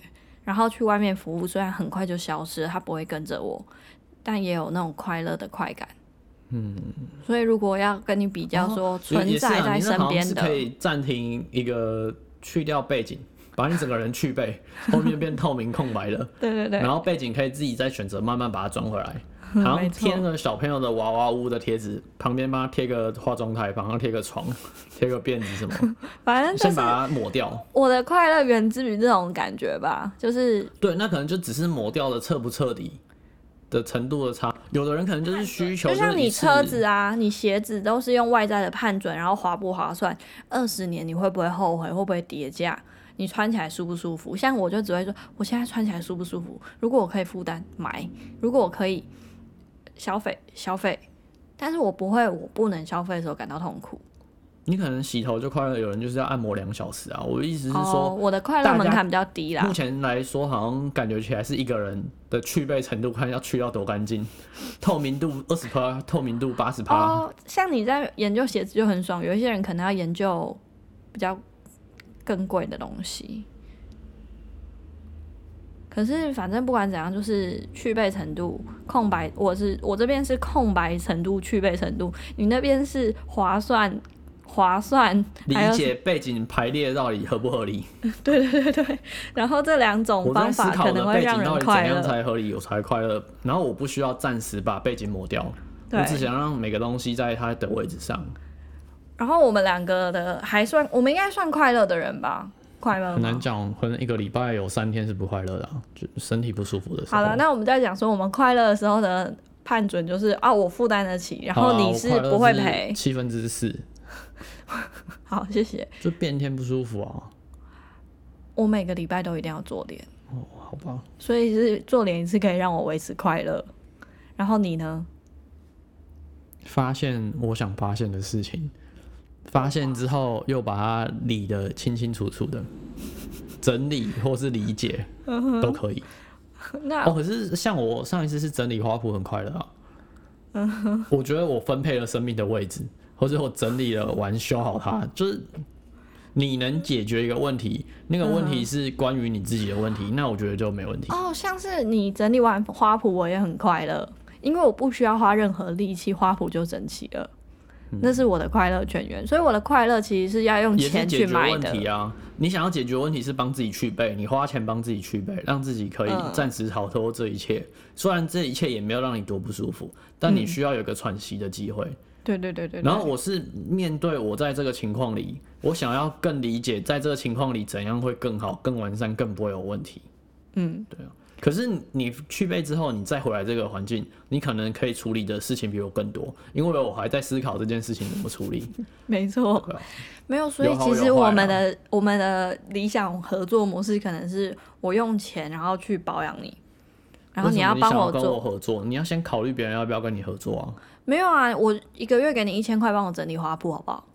Speaker 2: 然后去外面服务虽然很快就消失了，它不会跟着我，但也有那种快乐的快感。嗯，所以如果要跟你比较说
Speaker 1: 所以
Speaker 2: 哦存
Speaker 1: 也是
Speaker 2: 在
Speaker 1: 啊，
Speaker 2: 在
Speaker 1: 你那
Speaker 2: 身
Speaker 1: 好像
Speaker 2: 边
Speaker 1: 是
Speaker 2: 的，
Speaker 1: 可以暂停一个，去掉背景，把你整个人去背，后面变透明空白了。
Speaker 2: 对对对
Speaker 1: 然，后背景可以自己再选择慢慢把它装回
Speaker 2: [LAUGHS]
Speaker 1: 来。好像
Speaker 2: 没错
Speaker 1: 贴个小朋友的娃娃屋的贴纸，旁边帮他贴个化妆台，旁边贴个床， [LAUGHS] 贴个辫子什
Speaker 2: [LAUGHS]
Speaker 1: 么，
Speaker 2: 反正就
Speaker 1: 先
Speaker 2: 是
Speaker 1: 把它抹掉。
Speaker 2: 我的快乐源自于这种感觉吧，就是
Speaker 1: 对，那可能就只是抹掉的彻不彻底的程度的差。有的人可能就是需求，
Speaker 2: 就像
Speaker 1: 是
Speaker 2: 你
Speaker 1: 一次
Speaker 2: 车子啊，你鞋子都是用外在的判准，然后划不划算，二十年你会不会后悔，会不会叠加？你穿起来舒不舒服？像我就只会说，我现在穿起来舒不舒服？如果我可以负担，买；如果我可以消费，消费。但是我不会，我不能消费的时候感到痛苦。
Speaker 1: 你可能洗头就快乐，有人就是要按摩两小时啊。我的意思是
Speaker 2: 哦，啊
Speaker 1: 说，
Speaker 2: 我的快乐
Speaker 1: 大
Speaker 2: 门
Speaker 1: 家
Speaker 2: 槛比较低啦
Speaker 1: 目。前来说好像感觉起来是一个人的去背程度，看要去到多干净， [LAUGHS] 透明度二十趴，透明度八十趴。
Speaker 2: 哦，像你在研究鞋子就很爽，有一些人可能要研究比较更贵的东西。可是反正不管怎样，就是去背程度空白，我是我这边是空白程度去背程度，你那边是划算划算，
Speaker 1: 理
Speaker 2: 还有
Speaker 1: 解背景排列到底合不合理？
Speaker 2: 然后这两种
Speaker 1: 我
Speaker 2: 方
Speaker 1: 在思
Speaker 2: 法
Speaker 1: 考
Speaker 2: 可
Speaker 1: 我的
Speaker 2: 能会
Speaker 1: 背景
Speaker 2: 让
Speaker 1: 到
Speaker 2: 人
Speaker 1: 底
Speaker 2: 快
Speaker 1: 怎样
Speaker 2: 乐。
Speaker 1: 才合理，我才快乐。然后我不需要暂时把背景抹掉，我
Speaker 2: 对，嗯
Speaker 1: 只想让每个东西在它的位置上。
Speaker 2: 然后我们两个的还算，我们应该算快乐的人吧？快乐
Speaker 1: 很
Speaker 2: 吗
Speaker 1: 难？讲，可能一个礼拜有三天是不快乐的、啊，就身体不舒服的时候。
Speaker 2: 好了，那我们在讲说我们快乐的时候的判准就是啊，我负担得起，然
Speaker 1: 好
Speaker 2: 后
Speaker 1: 啦
Speaker 2: 你
Speaker 1: 我
Speaker 2: 是
Speaker 1: 快乐
Speaker 2: 不会
Speaker 1: 是
Speaker 2: 赔。 [LAUGHS]
Speaker 1: 七分之四，
Speaker 2: 好，谢谢。
Speaker 1: 就变天不舒服啊。
Speaker 2: 我每个礼拜都一定要做脸，
Speaker 1: 哦，好吧，
Speaker 2: 所以是做脸一次可以让我维持快乐。然后你呢？
Speaker 1: 发现我想发现的事情，发现之后又把它理得清清楚楚的，整理或是理解
Speaker 2: 嗯
Speaker 1: 都可以。
Speaker 2: 那、
Speaker 1: 哦，可是像我上一次是整理花圃，很快乐啊。
Speaker 2: 嗯
Speaker 1: 我觉得我分配了生命的位置，或者我整理了完修好它，就是你能解决一个问题，那个问题是关于你自己的问题，那我觉得就没问题。
Speaker 2: 哦，像是你整理完花圃，我也很快乐，因为我不需要花任何力气，花圃就整齐了。那是我的快乐泉源，所以我的快乐其实是要用
Speaker 1: 嗯也是
Speaker 2: 钱
Speaker 1: 解
Speaker 2: 去
Speaker 1: 决
Speaker 2: 买
Speaker 1: 问
Speaker 2: 的。
Speaker 1: 题啊！你想要解决问题是帮自己去背，你花钱帮自己去背，让自己可以
Speaker 2: 嗯
Speaker 1: 暂时逃脱这一切。虽然这一切也没有让你多不舒服，但
Speaker 2: 嗯
Speaker 1: 你需要有一个喘息的机会。
Speaker 2: 对对对对对。
Speaker 1: 然后我是面对我在这个情况里，我想要更理解在这个情况里怎样会更好、更完善、更不会有问题。
Speaker 2: 嗯，
Speaker 1: 对啊，可是你去背之后，你再回来这个环境，你可能可以处理的事情比我更多，因为我还在思考这件事情怎么处
Speaker 2: [LAUGHS]
Speaker 1: 理。
Speaker 2: 没错
Speaker 1: 对啊，
Speaker 2: 没有，所以
Speaker 1: 有好
Speaker 2: 其实
Speaker 1: 有坏啊
Speaker 2: 我们的我们的理想合作模式可能是我用钱，然后去保养你，然后
Speaker 1: 为
Speaker 2: 你
Speaker 1: 什么
Speaker 2: 帮
Speaker 1: 想
Speaker 2: 我
Speaker 1: 跟
Speaker 2: 做
Speaker 1: 我，合作，你要先考虑别人要不要跟你合作啊。
Speaker 2: 没有啊，我一个月给你一千块，帮我整理花圃好不好？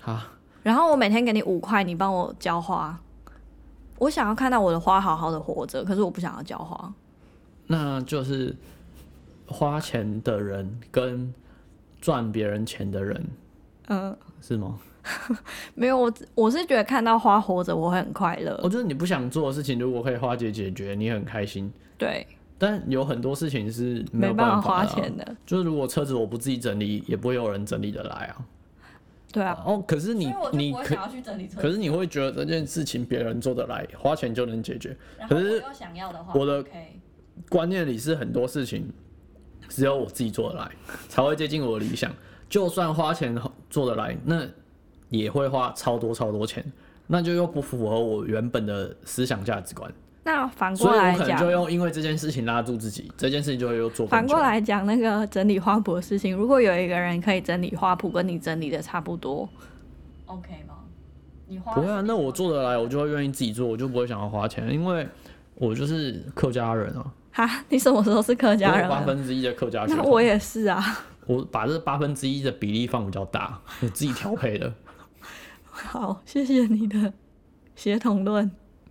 Speaker 1: 哈，
Speaker 2: 然后我每天给你五块，你帮我浇花。我想要看到我的花好好的活着，可是我不想要浇花。
Speaker 1: 那就是花钱的人跟赚别人钱的人
Speaker 2: 嗯、
Speaker 1: 是吗？
Speaker 2: 没有，我只我是觉得看到花活着我会很快乐。
Speaker 1: 我觉得你不想做的事情，如果可以花钱解决，你很开心。
Speaker 2: 对，
Speaker 1: 但有很多事情是没
Speaker 2: 没
Speaker 1: 有
Speaker 2: 办
Speaker 1: 法
Speaker 2: 法
Speaker 1: 的啊
Speaker 2: 花钱的。
Speaker 1: 就是如果车子我不自己整理，也不会有人整理得来啊。
Speaker 2: 对啊，
Speaker 1: 哦，可是你你可
Speaker 2: 要去整理车
Speaker 1: 可是你会觉得这件事情别人做得来，花钱就能解决。可是
Speaker 2: 又想要的话
Speaker 1: 我的
Speaker 2: OK，
Speaker 1: 观念里是很多事情只有我自己做得来，才会接近我的理想。就算花钱做得来，那也会花超多超多钱，那就又不符合我原本的思想价值观。
Speaker 2: 那反
Speaker 1: 所
Speaker 2: 过
Speaker 1: 以我
Speaker 2: 来
Speaker 1: 可能
Speaker 2: 讲，
Speaker 1: 就又因为这件事情拉住自己，这件事情就会又做更
Speaker 2: 反过
Speaker 1: 久。
Speaker 2: 来讲那个整理花圃的事情，如果有一个人可以整理花圃，跟你整理的差不多，OK 吗？你花
Speaker 1: 不会啊，那我做得来，我就会愿意自己做，我就不会想要花钱，因为我就是客家人啊，
Speaker 2: 哈，你什么时候是客家
Speaker 1: 我
Speaker 2: 人
Speaker 1: 有八
Speaker 2: 了？
Speaker 1: 分之一的客家血
Speaker 2: 那
Speaker 1: 统。
Speaker 2: 我也是啊。 [LAUGHS]
Speaker 1: 我把这八分之一的比例放比较大，我自己调配的。
Speaker 2: 好，谢谢你的协同论。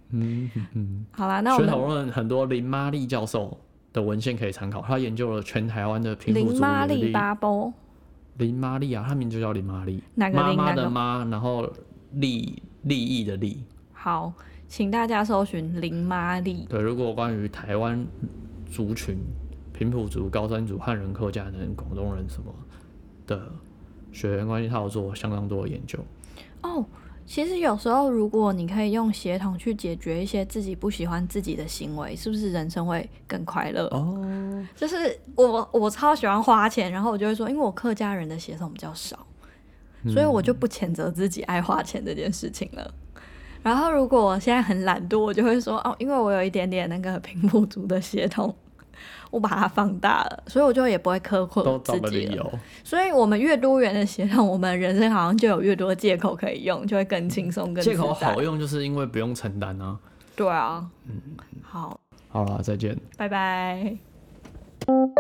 Speaker 1: 嗯嗯嗯。
Speaker 2: 好啦， [LAUGHS] 那我
Speaker 1: 学
Speaker 2: 们
Speaker 1: 讨论很多林妈利教授的文献可以参考，他研究了全台湾的贫富
Speaker 2: 林
Speaker 1: 族
Speaker 2: 妈
Speaker 1: 比
Speaker 2: 利
Speaker 1: 例。
Speaker 2: 巴波
Speaker 1: 林妈利啊，他名字就叫林妈利，
Speaker 2: 哪个
Speaker 1: 妈
Speaker 2: 林
Speaker 1: 妈
Speaker 2: 哪
Speaker 1: 的
Speaker 2: 个
Speaker 1: 妈，然后利利益的利。
Speaker 2: 好，请大家搜寻林妈利。
Speaker 1: 对，如果关于台湾族群、平埔族、高山族、汉人、客家人、广东人什么的血缘关系，他有做相当多的研究。
Speaker 2: 哦，其实有时候如果你可以用协同去解决一些自己不喜欢自己的行为，是不是人生会更快乐？
Speaker 1: 哦，
Speaker 2: 就是我我超喜欢花钱，然后我就会说，因为我客家人的协同比较少，所以我
Speaker 1: 嗯
Speaker 2: 就不谴责自己爱花钱这件事情了。然后如果我现在很懒惰，我就会说哦，因为我有一点点那个平埔族的协同，我把它放大了，所以我就也不会苛刻
Speaker 1: 都
Speaker 2: 我
Speaker 1: 找
Speaker 2: 自
Speaker 1: 个
Speaker 2: 己
Speaker 1: 理
Speaker 2: 了。
Speaker 1: 由。
Speaker 2: 所以，我们越多元的协同，我们人生好像就有越多借口可以用，就会更轻松、更
Speaker 1: 借口
Speaker 2: 自在
Speaker 1: 好。用，就是因为不用承担啊。
Speaker 2: 对啊，嗯，好，
Speaker 1: 好了，再见。
Speaker 2: 拜拜。
Speaker 3: Thank you.